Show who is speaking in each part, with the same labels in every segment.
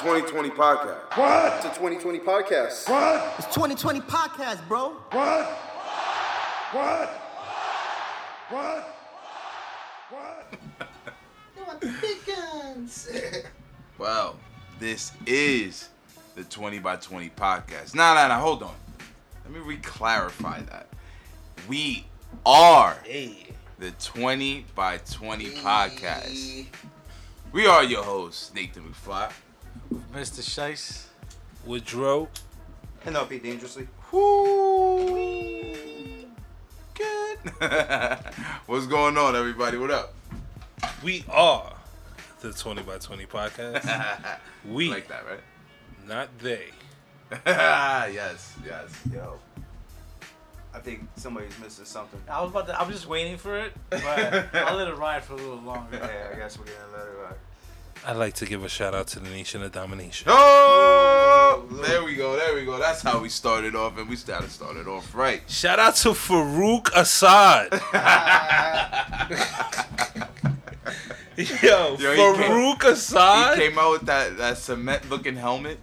Speaker 1: 2020 podcast.
Speaker 2: What?
Speaker 1: It's a 2020 podcast.
Speaker 2: What?
Speaker 3: It's 2020 podcast, bro.
Speaker 2: What? What? What? What?
Speaker 3: They want the big guns.
Speaker 4: Wow, this is the 20 by 20 podcast. Nah, nah, nah, hold on. Let me re clarify that. We are the 20 by 20 podcast. We are your hosts, Nathan McFly.
Speaker 5: Mr. Scheiss, Woodrow.
Speaker 1: And not be dangerously.
Speaker 4: Woo! Good. What's going on, everybody? What up?
Speaker 5: We are the 20 by 20 podcast. We,
Speaker 4: like that, right?
Speaker 5: not they.
Speaker 4: yes, yes.
Speaker 1: Yo. I think somebody's missing something.
Speaker 6: I was about to. I was just waiting for it, but I let it ride for a little longer.
Speaker 1: Yeah, I guess we're gonna let it rock.
Speaker 5: I'd like to give a shout out to the Nation of Domination.
Speaker 4: Oh, there we go, there we go. That's how we started off, and we started started off right.
Speaker 5: Shout out to Farouk Assad.
Speaker 4: Yo,
Speaker 5: Yo,
Speaker 4: he came-
Speaker 5: Farouk
Speaker 4: He
Speaker 5: Assad?
Speaker 4: came out with that, that cement looking helmet,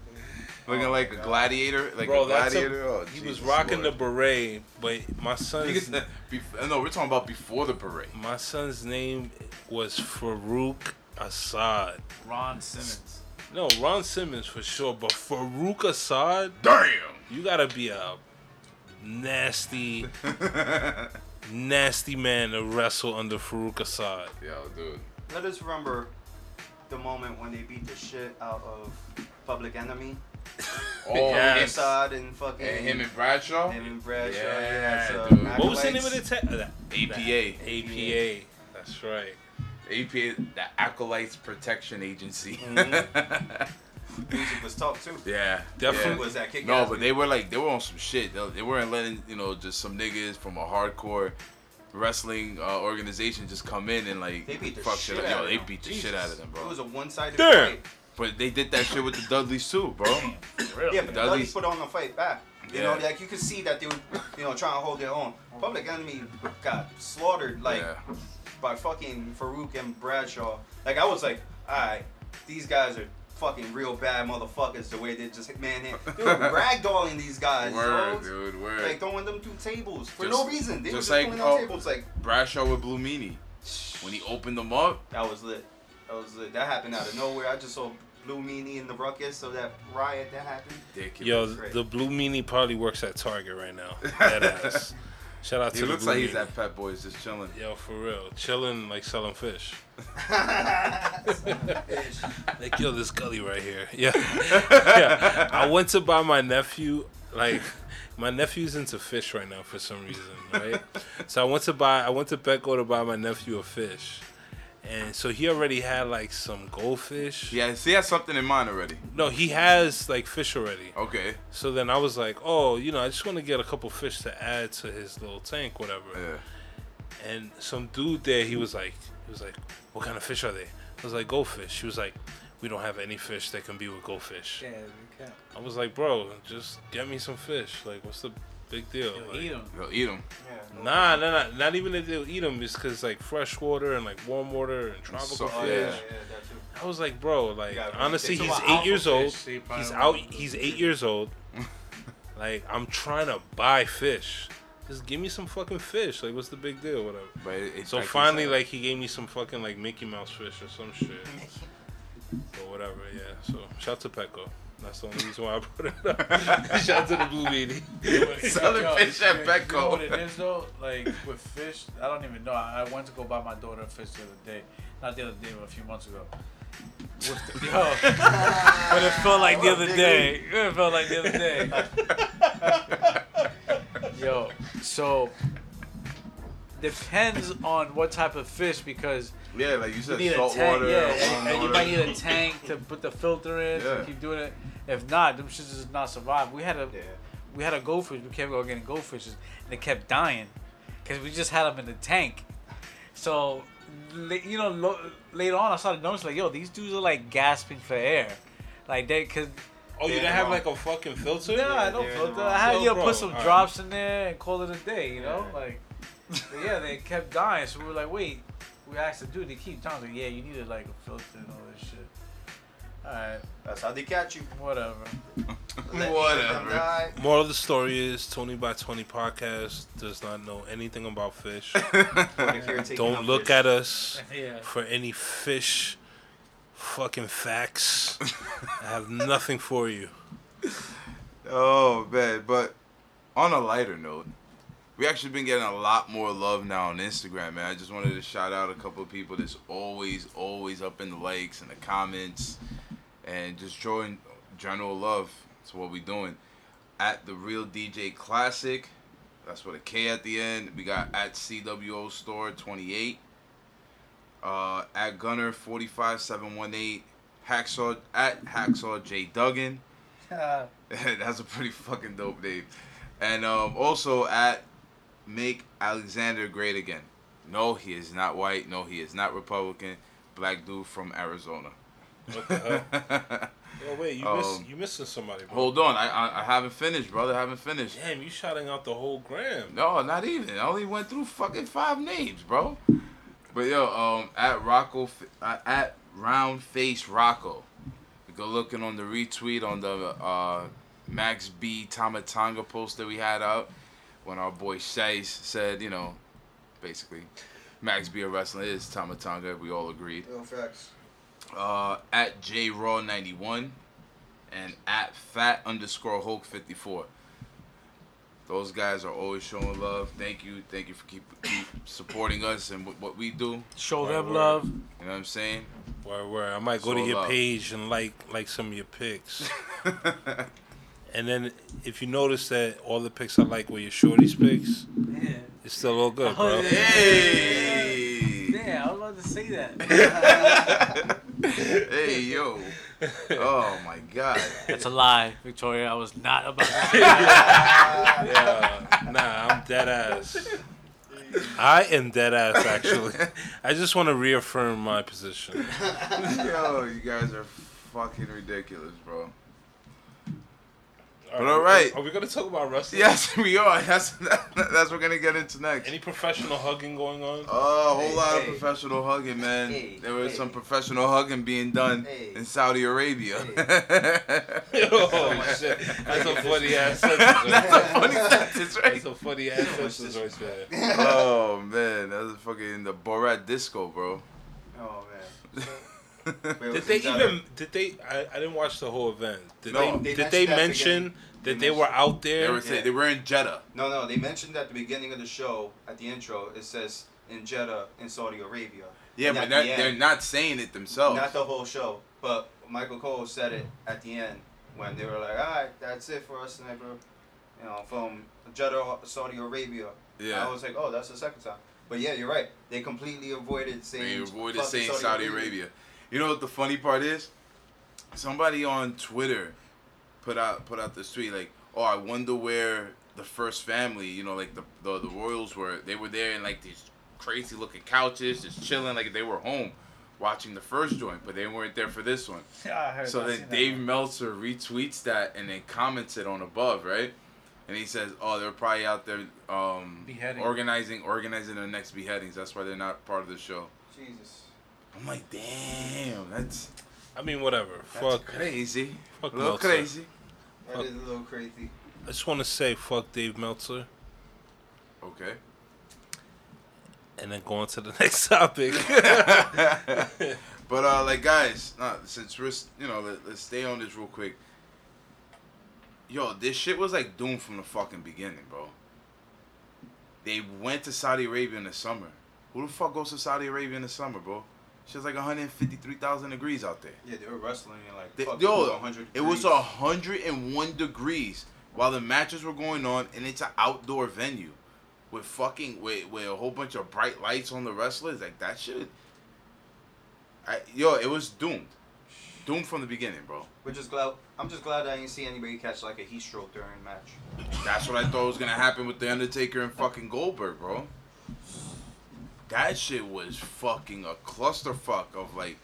Speaker 4: looking like a gladiator, like
Speaker 5: Bro,
Speaker 4: a
Speaker 5: that's a-
Speaker 4: gladiator. oh,
Speaker 5: he
Speaker 4: Jesus
Speaker 5: was rocking
Speaker 4: Lord.
Speaker 5: the beret, but my son's
Speaker 4: Niggas- bef- no, we're talking about before the parade.
Speaker 5: my son's name was Farouk Assad.
Speaker 6: Ron Simmons.
Speaker 5: No, Ron Simmons for sure, but Farouk Assad,
Speaker 4: Damn.
Speaker 5: you gotta be a nasty, nasty man to wrestle under Farouk Assad.
Speaker 4: Yo, dude.
Speaker 7: Let us remember the moment when they beat the shit out of Public Enemy.
Speaker 4: Oh,
Speaker 5: Yes.
Speaker 4: him-
Speaker 7: Assad and fucking
Speaker 4: and him and Bradshaw.
Speaker 7: him and Bradshaw.
Speaker 4: Yeah,
Speaker 7: Yeah, so
Speaker 4: dude.
Speaker 5: What was the name of
Speaker 7: accolades.
Speaker 5: the uh, tag? APA.
Speaker 4: APA.
Speaker 5: APA. That's right.
Speaker 4: APA, the Acolytes Protection Agency.
Speaker 5: Mm-hmm.
Speaker 7: Music was tough too.
Speaker 4: yeah,
Speaker 5: Definitely.
Speaker 4: yeah.
Speaker 7: Was that kick
Speaker 4: No,
Speaker 7: ass
Speaker 4: but
Speaker 7: music?
Speaker 4: they were like they were on some shit. They, they weren't letting you know just some niggas from a hardcore wrestling uh, organization just come in and like
Speaker 7: They beat the
Speaker 4: fuck
Speaker 7: shit
Speaker 4: shit. up.
Speaker 7: out
Speaker 4: Yo,
Speaker 7: of
Speaker 4: they
Speaker 7: them.
Speaker 4: beat the shit out of them,
Speaker 7: it
Speaker 4: bro.
Speaker 7: was a one-sided
Speaker 5: Damn.
Speaker 7: fight.
Speaker 4: But they did that shit with the Dudleys too, bro.
Speaker 7: Yeah, but the
Speaker 4: Dudley's-
Speaker 7: Dudleys put on a fight back. You know,
Speaker 4: Yeah.
Speaker 7: like you could see that they were, you know, trying to hold their own. Public Enemy got slaughtered like
Speaker 4: Yeah.
Speaker 7: by fucking Farouk and Bradshaw. Like I was like, alright, these guys are fucking real bad motherfuckers. The way they just man, they were ragdolling these guys.
Speaker 4: Word,
Speaker 7: bro.
Speaker 4: dude, word.
Speaker 7: Like throwing them through tables for
Speaker 4: Just-
Speaker 7: no reason. They were
Speaker 4: just
Speaker 7: just
Speaker 4: like,
Speaker 7: throwing
Speaker 4: oh.
Speaker 7: them tables like
Speaker 4: Bradshaw with Blue Meanie. When he opened them up,
Speaker 7: that was lit. That was lit. That happened out of nowhere. I just saw Blue Meanie and the Ruckus, so that riot that happened.
Speaker 4: dick.
Speaker 5: Yo,
Speaker 7: great.
Speaker 5: the Blue Meanie probably works at Target right now. That ass. Shout out
Speaker 4: he
Speaker 5: to the
Speaker 4: looks
Speaker 5: Blue
Speaker 4: like he's
Speaker 5: Meanie.
Speaker 4: at Pet Boys just chilling.
Speaker 5: Yo, for real, chilling like selling fish. they killed this gully right here. Yeah, yeah. I went to buy my nephew. Like, my nephew's into fish right now for some reason, right? so I went to buy. I went to Petco to buy my nephew a fish, and so he already had like some goldfish.
Speaker 4: Yeah, see, he has something in mind already.
Speaker 5: No, he has like fish already.
Speaker 4: Okay.
Speaker 5: So then I was like, oh, you know, I just want to get a couple fish to add to his little tank, whatever
Speaker 4: Yeah.
Speaker 5: and some dude there he was like he was like what kind of fish are they i was like goldfish she was like we don't have any fish that can be with goldfish
Speaker 6: Yeah,
Speaker 5: i was like bro just get me some fish like what's the big deal
Speaker 6: we
Speaker 5: Like,
Speaker 6: eat them.
Speaker 4: He'll eat them.
Speaker 5: nah nah nah not even if they'll eat them it's because like fresh water and like warm water and tropical
Speaker 4: so-
Speaker 7: Oh,
Speaker 5: fish
Speaker 7: yeah, yeah,
Speaker 4: Yeah.
Speaker 7: that too.
Speaker 5: i was like bro like
Speaker 7: gotta be-
Speaker 5: honestly
Speaker 7: it's
Speaker 5: he's
Speaker 6: about
Speaker 5: eight
Speaker 6: alpha
Speaker 5: years
Speaker 6: fish,
Speaker 5: old
Speaker 6: so you probably
Speaker 5: he's
Speaker 6: don't
Speaker 5: out
Speaker 6: want to
Speaker 5: he's
Speaker 6: do
Speaker 5: eight
Speaker 6: it.
Speaker 5: years old like i'm trying to buy fish just give me some fucking fish like what's the big deal whatever
Speaker 4: But it, it's
Speaker 5: So
Speaker 4: like
Speaker 5: finally,
Speaker 4: he's
Speaker 5: like he gave me some fucking like Mickey Mouse fish or some shit, or whatever. Yeah. So shout to Petco. That's the only reason why I brought it up. shout to the Blue Meanie.
Speaker 4: Selling
Speaker 6: Yo,
Speaker 4: fish at
Speaker 6: you know
Speaker 4: Petco.
Speaker 6: what it is though? Like with fish, I don't even know. I, I went to go buy my daughter a fish the other day. Not the other day, but a few months ago. With the- yo, but it felt like the other day. It felt like the other day. Yo, so depends on what type of fish because
Speaker 4: yeah, like you
Speaker 6: you
Speaker 4: said,
Speaker 6: need a
Speaker 4: salt
Speaker 6: tank,
Speaker 4: water.
Speaker 6: yeah,
Speaker 4: warm
Speaker 6: and, and you
Speaker 4: water.
Speaker 6: might need a tank to put the filter in
Speaker 4: Yeah.
Speaker 6: to keep doing it. If not, them shits does not survive. We had a
Speaker 7: Yeah.
Speaker 6: we had a goldfish. We kept going getting goldfishes, and they kept dying because we just had them in the tank. So, la- you know, lo- later on, I started noticing like, yo, these dudes are like gasping for air, like they because.
Speaker 5: Oh, you didn't
Speaker 7: Yeah,
Speaker 5: have
Speaker 7: no.
Speaker 5: like a fucking filter?
Speaker 6: Yeah, I don't
Speaker 7: they're in the
Speaker 6: filter.
Speaker 7: wrong.
Speaker 6: I had
Speaker 5: Yo,
Speaker 6: you know,
Speaker 5: bro,
Speaker 6: put some
Speaker 5: alright.
Speaker 6: drops in there and call it a day, you know?
Speaker 7: Yeah.
Speaker 6: Like, but yeah, they kept dying. So we were like, wait, we asked the dude to keep telling us, like, yeah, you needed like a filter and all this shit. All right,
Speaker 7: That's how they catch you.
Speaker 6: whatever.
Speaker 7: Let- let them
Speaker 4: Whatever.
Speaker 7: die.
Speaker 5: Moral of the story is Tony by Twenty podcast does not know anything about fish.
Speaker 7: Fucking caretaking
Speaker 5: Don't
Speaker 7: of
Speaker 5: look
Speaker 7: this.
Speaker 5: at us
Speaker 6: Yeah.
Speaker 5: for any fish fucking facts. I have nothing for you.
Speaker 4: Oh man, but on a lighter note, we actually been getting a lot more love now on Instagram, man. I just wanted to shout out a couple of people that's always, always up in the likes and the comments, and just showing general love. That's what we doing. At the real DJ Classic, that's with a K at the end. We got at CWO Store twenty eight. Uh, at Gunner forty five seven one eight. Hacksaw at Hacksaw J Duggan.
Speaker 6: Uh,
Speaker 4: That's a pretty fucking dope name. And um, also at Make Alexander Great Again. No, he is not white. No, he is not Republican. Black dude from Arizona.
Speaker 5: What the hell? Yo, wait, you miss,
Speaker 4: Um,
Speaker 5: you missing somebody, bro.
Speaker 4: Hold on, I, I I haven't finished, brother. I haven't finished.
Speaker 5: Damn, you shouting out the whole gram.
Speaker 4: No, not even. I only went through fucking five names, bro. But yo, um, at Rocco, uh, at Round Face Rocco. Go looking on the retweet on the uh, Max B Tamatanga post that we had out when our boy Shays said, you know, basically, Max B a wrestler is Tamatanga. We all agreed
Speaker 7: Yo, facts.
Speaker 4: uh, at J Raw ninety one, and at Fat underscore Hulk fifty four. Those guys are always showing love. Thank you, thank you for keep, keep supporting us and what, what we do. You know
Speaker 6: show
Speaker 5: Word,
Speaker 6: them
Speaker 5: word.
Speaker 6: love.
Speaker 4: what I'm saying?
Speaker 5: Where, where I might go to
Speaker 4: So
Speaker 5: your
Speaker 4: loud.
Speaker 5: page and like like some of your pics. and then if you notice that all the pics I like were your shorty's pics,
Speaker 6: Yeah.
Speaker 5: it's still all good, bro.
Speaker 6: Oh, yeah.
Speaker 4: Hey,
Speaker 6: Yeah, I was about to say that.
Speaker 4: hey, yo! Oh my God!
Speaker 6: That's a lie, Victoria. I was not about to say that.
Speaker 7: Oh,
Speaker 5: Yeah, nah, I'm dead ass. I am dead ass actually. I just want to reaffirm my position.
Speaker 4: Yo, you guys are fucking ridiculous, bro. But all right.
Speaker 5: are we gonna talk about wrestling?
Speaker 4: Yes, we are. That's that, that's what we're gonna get into next.
Speaker 5: Any professional hugging going on?
Speaker 4: Oh, a whole
Speaker 7: Hey,
Speaker 4: lot
Speaker 7: hey.
Speaker 4: of professional hugging, man.
Speaker 7: Hey,
Speaker 4: there was
Speaker 7: hey.
Speaker 4: some professional hugging being done
Speaker 7: Hey.
Speaker 4: in Saudi Arabia.
Speaker 5: oh shit, that's a funny ass sentence.
Speaker 4: That's a
Speaker 5: Right
Speaker 4: funny sentence,
Speaker 5: there. That's
Speaker 4: right?
Speaker 5: a funny ass sentence right there.
Speaker 4: oh man, that was fucking the Borat disco, bro.
Speaker 7: Oh man. Wait,
Speaker 5: Did
Speaker 7: was
Speaker 5: they
Speaker 7: it Jenner?
Speaker 5: even? Did they? I, I didn't watch the whole event. Did
Speaker 4: No.
Speaker 5: they?
Speaker 7: They
Speaker 5: Did they
Speaker 7: mentioned that
Speaker 5: mention
Speaker 7: They
Speaker 5: that they were
Speaker 7: mentioned-
Speaker 5: out
Speaker 4: They
Speaker 5: there?
Speaker 4: were saying they were in Jeddah.
Speaker 7: No, no. They mentioned at the beginning of the show, at the intro, it says in Jeddah in Saudi Arabia.
Speaker 4: Yeah,
Speaker 7: And
Speaker 4: but
Speaker 7: at
Speaker 4: they're,
Speaker 7: the end-
Speaker 4: they're not saying it themselves.
Speaker 7: Not the whole show, but Michael Cole said it at the end when they were like, "All right, that's it for us tonight, bro." You know, from Jeddah, Saudi Arabia.
Speaker 4: Yeah.
Speaker 7: I was like, "Oh, that's the second time." But yeah, you're right. They completely avoided saying.
Speaker 4: They avoided
Speaker 7: fucking
Speaker 4: saying Saudi Arabia. You know what the funny part is? Somebody on Twitter put out put out this tweet like, "Oh, I wonder where the first family, you know, like the the, the royals were. They were there in like these crazy looking couches, just chilling, like they were home." Watching the first joint, but they weren't there for this one.
Speaker 6: I heard
Speaker 4: So
Speaker 6: I
Speaker 4: then
Speaker 6: seen that
Speaker 4: Dave
Speaker 6: one.
Speaker 4: Meltzer retweets that and then comments it on above, right? And he says, "Oh, they're probably out there um,
Speaker 6: Beheading.
Speaker 4: organizing, organizing their next beheadings. That's why they're not part of the show."
Speaker 7: Jesus.
Speaker 4: I'm like, damn, that's,
Speaker 5: I mean, whatever.
Speaker 4: that's
Speaker 5: Fuck.
Speaker 4: crazy.
Speaker 5: Fuck
Speaker 4: a little
Speaker 5: Meltzer.
Speaker 4: crazy.
Speaker 7: That is a little crazy.
Speaker 5: I just want to say fuck Dave Meltzer,
Speaker 4: Okay.
Speaker 5: and then go on to the next topic.
Speaker 4: But uh, like guys, nah, since we're s- you know let, let's stay on this real quick. Yo, this shit was like doomed from the fucking beginning, bro. They went to Saudi Arabia in the summer. Who the fuck goes to Saudi Arabia in the summer, bro? Shit's like 153,000 degrees out there.
Speaker 7: Yeah, they were wrestling and like
Speaker 4: They,
Speaker 7: fuck,
Speaker 4: yo,
Speaker 7: 100
Speaker 4: it was
Speaker 7: degrees.
Speaker 4: 101 degrees while the matches were going on, and it's an outdoor venue with fucking with, with a whole bunch of bright lights on the wrestlers. Like that shit, I, yo, it was doomed, doomed from the beginning, bro.
Speaker 7: We're just glad. I'm just glad I didn't see anybody catch like a heat stroke during the match.
Speaker 4: That's what I thought was gonna happen with the Undertaker and fucking Goldberg, bro. That shit was fucking a clusterfuck of like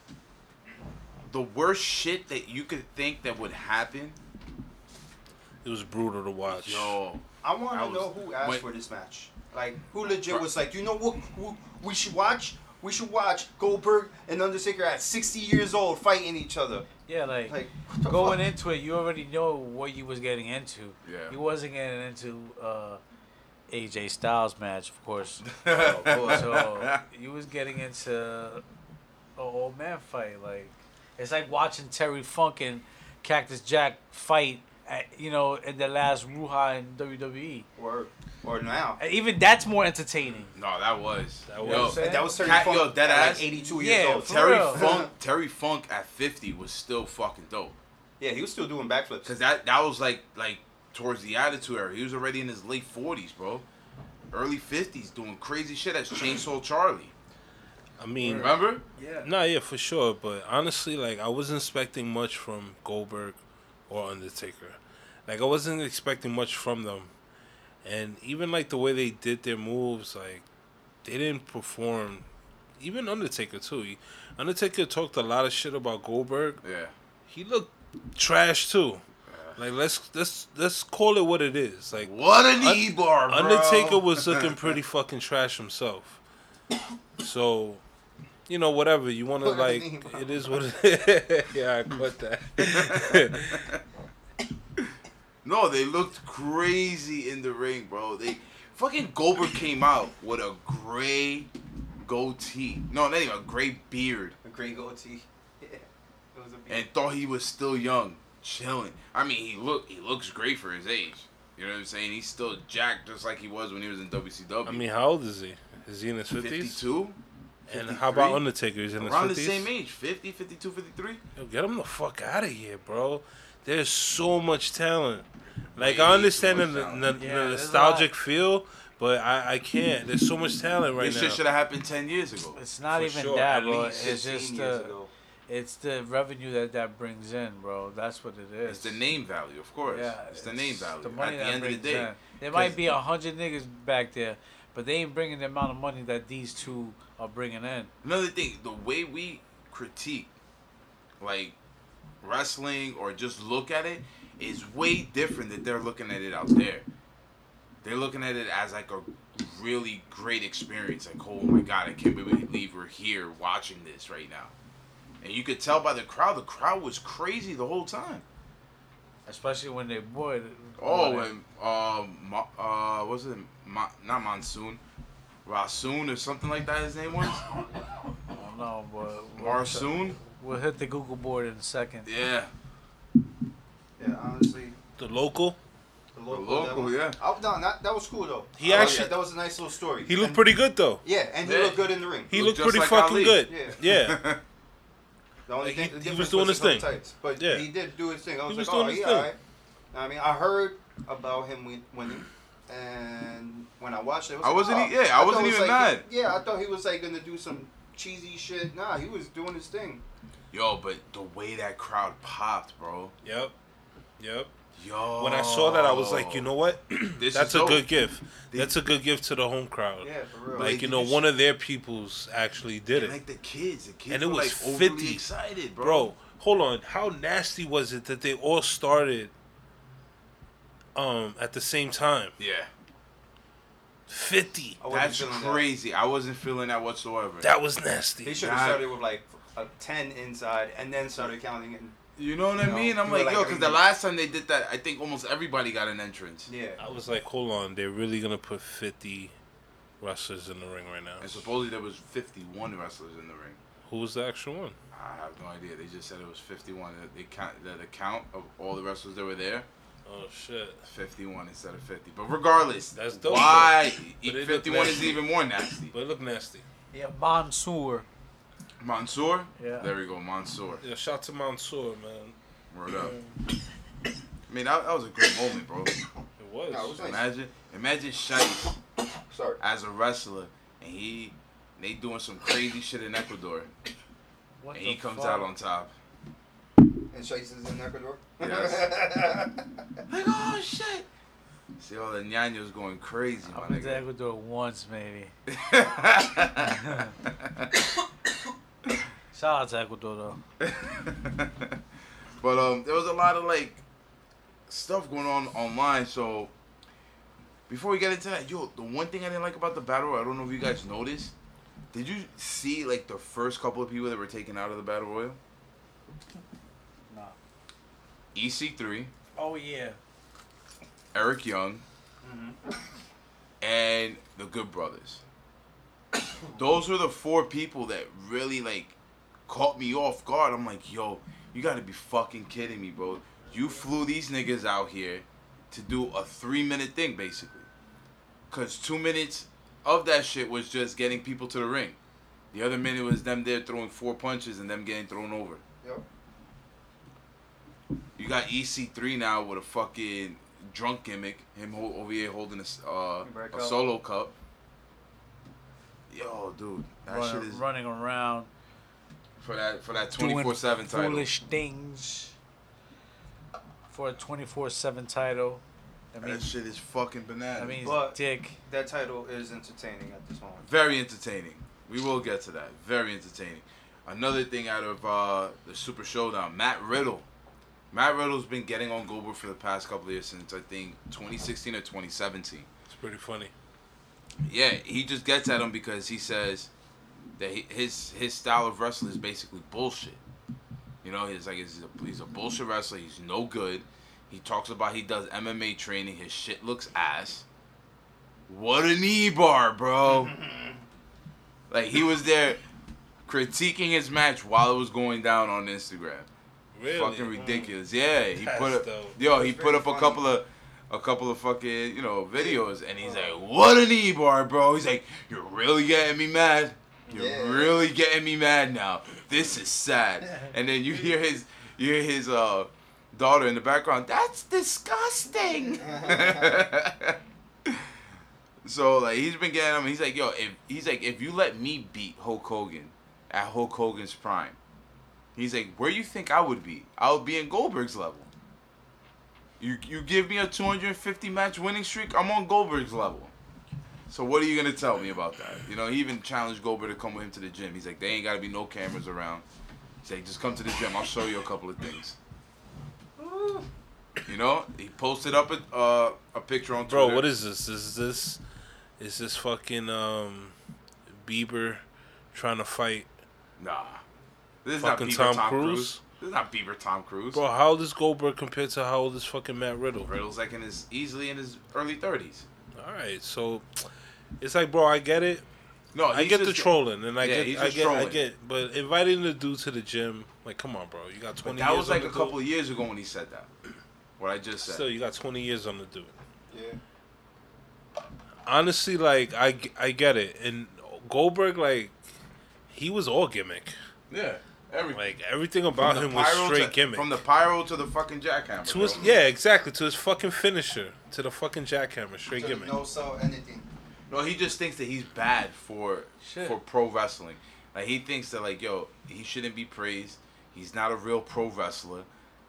Speaker 4: the worst shit that you could think that would happen.
Speaker 5: it was brutal to watch.
Speaker 4: Yo,
Speaker 7: I want
Speaker 4: I
Speaker 7: to
Speaker 4: was-
Speaker 7: know who asked
Speaker 4: wait.
Speaker 7: for this match. Like, who legit
Speaker 4: Bru-
Speaker 7: was like, you know what? Who, we should watch. We should watch Goldberg and Undertaker at 60 years old fighting each other.
Speaker 6: Yeah, like,
Speaker 7: Like what the
Speaker 6: going
Speaker 7: fuck?
Speaker 6: into it, you already know what you was getting into.
Speaker 4: Yeah.
Speaker 6: You wasn't getting into uh, AJ Styles match, of course. so you was getting into a old man fight. Like it's like watching Terry Funk and Cactus Jack fight. At, you know, in the last Ruha in WWE,
Speaker 7: Or or now.
Speaker 6: and even that's more entertaining.
Speaker 4: No, that was.
Speaker 5: That
Speaker 4: Yo,
Speaker 5: was-
Speaker 7: That was Terry
Speaker 4: Cat-
Speaker 7: Funk
Speaker 4: yo, dead
Speaker 7: at
Speaker 4: ass.
Speaker 7: like 82 years
Speaker 6: Yeah,
Speaker 7: old.
Speaker 6: for
Speaker 4: Terry
Speaker 6: real.
Speaker 4: Funk. Terry Funk at 50 was still fucking dope.
Speaker 7: Yeah, he was still doing backflips.
Speaker 4: Cause that that was like like towards the attitude era. He was already in his late 40s, bro. Early 50s, doing crazy shit as Chainsaw Charlie.
Speaker 5: I mean,
Speaker 4: Remember?
Speaker 7: Yeah.
Speaker 5: No, yeah, for sure. But honestly, like I wasn't expecting much from Goldberg or Undertaker. Like I wasn't expecting much from them, and even like the way they did their moves, like they didn't perform. Even Undertaker too. He- Undertaker talked a lot of shit about Goldberg.
Speaker 4: Yeah.
Speaker 5: He looked trash too. Like let's let's let's call it what it is. Like
Speaker 4: What an
Speaker 5: Un-
Speaker 4: E bar, bro.
Speaker 5: Undertaker was looking pretty fucking trash himself. So, you know, whatever you want to
Speaker 7: What an
Speaker 5: like,
Speaker 7: E-bar.
Speaker 5: it is what. It, yeah, I caught that.
Speaker 4: No, they looked crazy in the ring, bro. They fucking Goldberg came out with a gray goatee. No, not even a gray beard,
Speaker 7: A great goatee. Yeah. It was a beat.
Speaker 4: and thought he was still young, chilling. I mean, he look he looks great for his age. You know what I'm saying? He's still jacked, just like he was when he was in WCW.
Speaker 5: I mean, how old is he? Is he in his fifties?
Speaker 4: 52.
Speaker 5: And how
Speaker 4: 53?
Speaker 5: about Undertaker? Is he in his
Speaker 4: Around the
Speaker 5: fifties?
Speaker 4: same age, 50, 52, 53.
Speaker 5: Yo, get him the fuck out of here, bro. There's so much talent. Like I understand the,
Speaker 4: too much
Speaker 5: the,
Speaker 4: talent.
Speaker 5: the
Speaker 6: Yeah, there's a
Speaker 5: nostalgic feel, but I, I can't. There's so much talent right
Speaker 4: this
Speaker 5: now.
Speaker 4: shit should have happened 10 years ago.
Speaker 6: It's not
Speaker 5: For
Speaker 6: even
Speaker 5: sure,
Speaker 6: that,
Speaker 5: at
Speaker 6: bro.
Speaker 5: least
Speaker 6: It's
Speaker 7: 15
Speaker 6: just uh,
Speaker 7: years
Speaker 6: the,
Speaker 7: ago.
Speaker 6: it's the revenue that that brings in, bro. That's what it is.
Speaker 4: It's the name value, of course.
Speaker 6: Yeah,
Speaker 4: it's the name value.
Speaker 6: The
Speaker 4: At the
Speaker 6: money that
Speaker 4: end of the
Speaker 6: brings
Speaker 4: day,
Speaker 6: in. there
Speaker 4: 'cause-
Speaker 6: might be a hundred niggas back there, but they ain't bringing the amount of money that these two are bringing in.
Speaker 4: Another thing, the way we critique like wrestling or just look at it is way different than they're looking at it out there. They're looking at it as like a really great experience. Like, oh my god, I can't believe we're here watching this right now. And you could tell by the crowd, the crowd was crazy the whole time.
Speaker 6: Especially when they boy.
Speaker 4: Oh, and uh, Mo- uh, was it Mo- not Monsoon, Rasoon or something like that? His name was
Speaker 6: I don't know, but we'll-
Speaker 4: Marsoon.
Speaker 6: We'll hit the Google board in a second.
Speaker 4: Yeah.
Speaker 7: Yeah, honestly.
Speaker 5: the local.
Speaker 7: The
Speaker 4: local,
Speaker 7: that was-
Speaker 4: yeah.
Speaker 7: I, no, not, that was cool though.
Speaker 5: He
Speaker 7: I liked
Speaker 5: actually-
Speaker 7: that. that was a nice little story.
Speaker 5: He looked
Speaker 7: And-
Speaker 5: pretty good though.
Speaker 7: Yeah, and he
Speaker 4: Yeah.
Speaker 7: looked good in the ring.
Speaker 5: He
Speaker 4: Looked
Speaker 5: looked,
Speaker 4: just
Speaker 5: pretty
Speaker 4: like
Speaker 5: fucking
Speaker 4: Ali.
Speaker 5: good.
Speaker 7: Yeah.
Speaker 5: yeah.
Speaker 7: The only
Speaker 5: Like, he-
Speaker 7: thing, the
Speaker 5: he
Speaker 7: difference
Speaker 5: was doing
Speaker 7: was
Speaker 5: his
Speaker 7: color
Speaker 5: thing.
Speaker 7: Types, but
Speaker 5: Yeah.
Speaker 7: he did do his thing. I was,
Speaker 5: was
Speaker 7: like,
Speaker 5: doing
Speaker 7: oh,
Speaker 5: his
Speaker 7: yeah,
Speaker 5: thing.
Speaker 7: all right. I mean, I heard about him win- winning, and when I watched it, I, was
Speaker 4: I
Speaker 7: like,
Speaker 4: wasn't e- yeah,
Speaker 7: oh.
Speaker 4: I
Speaker 7: thought it
Speaker 4: wasn't
Speaker 7: was
Speaker 4: even
Speaker 7: like-
Speaker 4: mad.
Speaker 7: Yeah, I thought he was like gonna do some cheesy shit. Nah, he was doing his thing.
Speaker 4: Yo, but the way that crowd popped, bro.
Speaker 5: Yep. Yep.
Speaker 4: Yo.
Speaker 5: When I saw that, I was like, you know what?
Speaker 4: This
Speaker 5: That's
Speaker 4: is
Speaker 5: a
Speaker 4: dope.
Speaker 5: good gift. That's a good gift to the home crowd.
Speaker 7: Yeah, for real.
Speaker 5: Uh, Like, you
Speaker 4: Like,
Speaker 5: know,
Speaker 4: you
Speaker 5: one of their peoples actually did
Speaker 4: And
Speaker 5: it.
Speaker 4: like the kids, the kids
Speaker 5: And it
Speaker 4: were,
Speaker 5: was
Speaker 4: like overly
Speaker 5: 50.
Speaker 4: excited, bro.
Speaker 5: Bro, hold on. How nasty was it that they all started um at the same time?
Speaker 4: Yeah,
Speaker 5: 50.
Speaker 7: I wasn't
Speaker 4: that's
Speaker 7: feeling that.
Speaker 4: crazy. I wasn't feeling that whatsoever.
Speaker 5: That was
Speaker 7: They
Speaker 5: nasty.
Speaker 7: should have
Speaker 4: Nah.
Speaker 7: started with like a ten inside, and then started counting in.
Speaker 4: you know what
Speaker 7: You
Speaker 4: I
Speaker 7: know,
Speaker 4: mean? I'm
Speaker 7: you
Speaker 4: like,
Speaker 7: were like,
Speaker 4: yo, because the
Speaker 7: everything-
Speaker 4: last time they did that, I think almost everybody got an entrance.
Speaker 7: Yeah,
Speaker 5: I was like, hold on. They're really going to put 50 wrestlers in the ring right now.
Speaker 4: And supposedly there was 51 wrestlers in the ring.
Speaker 5: Who was the actual one?
Speaker 4: I have no idea. They just said it was 51. That They count that the count of all the wrestlers that were there.
Speaker 5: Oh, shit.
Speaker 4: 51 instead of 50. But regardless,
Speaker 5: That's dope,
Speaker 4: Why
Speaker 5: though. But it looked
Speaker 4: 51 is
Speaker 5: nasty.
Speaker 4: even more nasty.
Speaker 5: But it looked nasty.
Speaker 6: Yeah, Mansoor.
Speaker 4: Mansoor?
Speaker 6: Yeah.
Speaker 4: There we go, Mansoor.
Speaker 5: Yeah, shout to Mansoor, man.
Speaker 4: Word up. I mean, that, that was a great moment, bro.
Speaker 5: It was.
Speaker 7: No, it was nice.
Speaker 4: Imagine, imagine Shice
Speaker 7: Sorry.
Speaker 4: as a wrestler, and he, they doing some crazy shit in Ecuador,
Speaker 6: What
Speaker 4: and
Speaker 6: the
Speaker 4: he comes
Speaker 6: fuck?
Speaker 4: out on top.
Speaker 7: And Shice is in Ecuador.
Speaker 4: Yes. Like, oh shit! See all the ñaños going crazy, my
Speaker 6: I've been to
Speaker 4: nigga.
Speaker 6: Ecuador once, maybe. Shout out to Ecuador, though.
Speaker 4: but um, there was a lot of like stuff going on online. So before we get into that, yo, the one thing I didn't like about the battle, royal, I don't know if you guys noticed. Did you see like the first couple of people that were taken out of the battle royal? E EC3,
Speaker 6: Oh yeah.
Speaker 4: Eric Young, and the Good Brothers. Those were the four people that really like caught me off guard. I'm like, yo, you gotta be fucking kidding me, bro. You flew these niggas out here to do a three minute thing, basically. Cause two minutes of that shit was just getting people to the ring. The other minute was them there throwing four punches and them getting thrown over.
Speaker 7: Yep.
Speaker 4: You got EC3 now with a fucking drunk gimmick. Him ho- over here holding a, s- uh,
Speaker 7: Break
Speaker 4: a
Speaker 7: up.
Speaker 4: solo cup. Yo, dude, that
Speaker 6: Running,
Speaker 4: shit is
Speaker 6: running around
Speaker 4: for that for that twenty
Speaker 6: doing
Speaker 4: four seven title.
Speaker 6: foolish things for a twenty four seven title. I mean,
Speaker 4: That shit is fucking bananas.
Speaker 6: I mean,
Speaker 7: But-
Speaker 6: dick.
Speaker 7: That title is entertaining at this moment.
Speaker 4: very entertaining. We will get to that. Very entertaining. Another thing out of uh, the Super Showdown, Matt Riddle. Matt Riddle's been getting on Goldberg for the past couple of years since I think 2016 or 2017.
Speaker 5: It's pretty funny.
Speaker 4: Yeah, he just gets at him because he says that he, his his style of wrestling is basically bullshit. You know, he's like he's a, he's a bullshit wrestler. He's no good. He talks about he does MMA training. His shit looks ass. What a knee bar, bro! like he was there critiquing his match while it was going down on Instagram.
Speaker 5: Really?
Speaker 4: Fucking ridiculous. Yeah, he
Speaker 5: That's
Speaker 4: put up
Speaker 5: dope.
Speaker 4: yo, he put
Speaker 7: very
Speaker 4: up a
Speaker 7: funny.
Speaker 4: couple of a couple of fucking, you know, videos and he's like, "What an e-bar, bro." He's like, "You're really getting me mad. You're
Speaker 7: Yeah.
Speaker 4: really getting me mad now. This is sad." And then you hear his you hear his uh daughter in the background, "That's disgusting." so like he's been getting him. He's like, "Yo, if he's like if you let me beat Hulk Hogan at Hulk Hogan's prime, He's like, where you think I would be? I would be in Goldberg's level. You you give me a 250 match winning streak, I'm on Goldberg's level. So what are you gonna tell me about that? You know, he even challenged Goldberg to come with him to the gym. He's like, they ain't gotta be no cameras around. He's like, just come to the gym. I'll show you a couple of things. You know, he posted up a uh, a picture on Twitter.
Speaker 5: Bro, what is this? Is this is this fucking um Bieber trying to fight?
Speaker 4: Nah, this is
Speaker 5: Fucking
Speaker 4: not Bieber
Speaker 5: Tom
Speaker 4: Tom,
Speaker 5: Cruise?
Speaker 4: Cruise. This is not Bieber Tom Cruise.
Speaker 5: Bro, how old is Goldberg compared to how old is fucking Matt Riddle?
Speaker 4: Riddle's like in his easily in his early 30s.
Speaker 5: All right, so it's like, bro, I get it.
Speaker 4: No,
Speaker 5: I
Speaker 4: Oh, he's
Speaker 5: get the
Speaker 4: just-
Speaker 5: trolling, and I
Speaker 4: Yeah, he's
Speaker 5: get, I
Speaker 4: just
Speaker 5: get, I
Speaker 4: trolling.
Speaker 5: get. But inviting the dude to the gym, like, come on, bro, you got twenty.
Speaker 4: That
Speaker 5: years
Speaker 4: was like
Speaker 5: on
Speaker 4: a
Speaker 5: the
Speaker 4: couple
Speaker 5: Dude.
Speaker 4: of years ago when he said that. What I just said.
Speaker 5: Still, you got twenty years on the dude.
Speaker 7: Yeah.
Speaker 5: Honestly, like, I, g- I get it. And Goldberg, like, he was all gimmick.
Speaker 4: yeah, everything.
Speaker 5: Like everything
Speaker 4: From
Speaker 5: about
Speaker 4: the
Speaker 5: him was
Speaker 4: pyro
Speaker 5: straight
Speaker 4: to,
Speaker 5: gimmick.
Speaker 4: From the pyro to the fucking jackhammer.
Speaker 5: to his,
Speaker 4: bro.
Speaker 5: yeah, exactly. To his fucking finisher, to the fucking jackhammer, straight gimmick.
Speaker 7: No sell anything.
Speaker 4: No, he just thinks that he's bad for
Speaker 6: Shit.
Speaker 4: for pro wrestling. Like he thinks that like yo, he shouldn't be praised. He's not a real pro wrestler.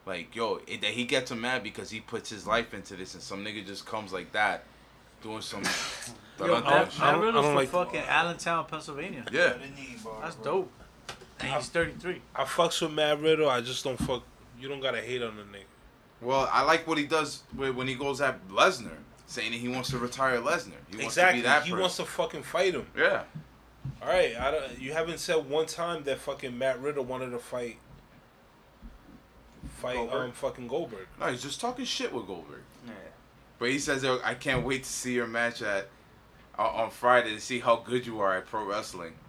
Speaker 4: Like yo, it, that he gets him mad because he puts his life into this, and some nigga just comes like that, doing some.
Speaker 6: Yo,
Speaker 4: Dun- dun- dun-
Speaker 6: Matt,
Speaker 5: I
Speaker 6: Matt
Speaker 5: don't- I
Speaker 6: Riddle's
Speaker 5: don't
Speaker 6: from
Speaker 5: like-
Speaker 6: fucking Allentown, Pennsylvania.
Speaker 4: yeah,
Speaker 6: That's dope. And he's 33.
Speaker 5: I fucks with Matt Riddle. I just don't fuck. You don't gotta hate on the nigga.
Speaker 4: Well, I like what he does wh- when he goes at Lesnar, saying that he wants to retire Lesnar. He wants to
Speaker 5: Exactly.
Speaker 4: be that
Speaker 5: He
Speaker 4: person.
Speaker 5: wants to fucking fight him.
Speaker 4: yeah.
Speaker 5: All right. I don't, you haven't said one time that fucking Matt Riddle wanted to fight. Fight
Speaker 4: Goldberg?
Speaker 5: um fucking Goldberg.
Speaker 4: No, he's just talking shit with Goldberg.
Speaker 7: Yeah.
Speaker 4: But he says, "Yo, I can't wait to see your match at uh, on Friday to see how good you are at pro wrestling.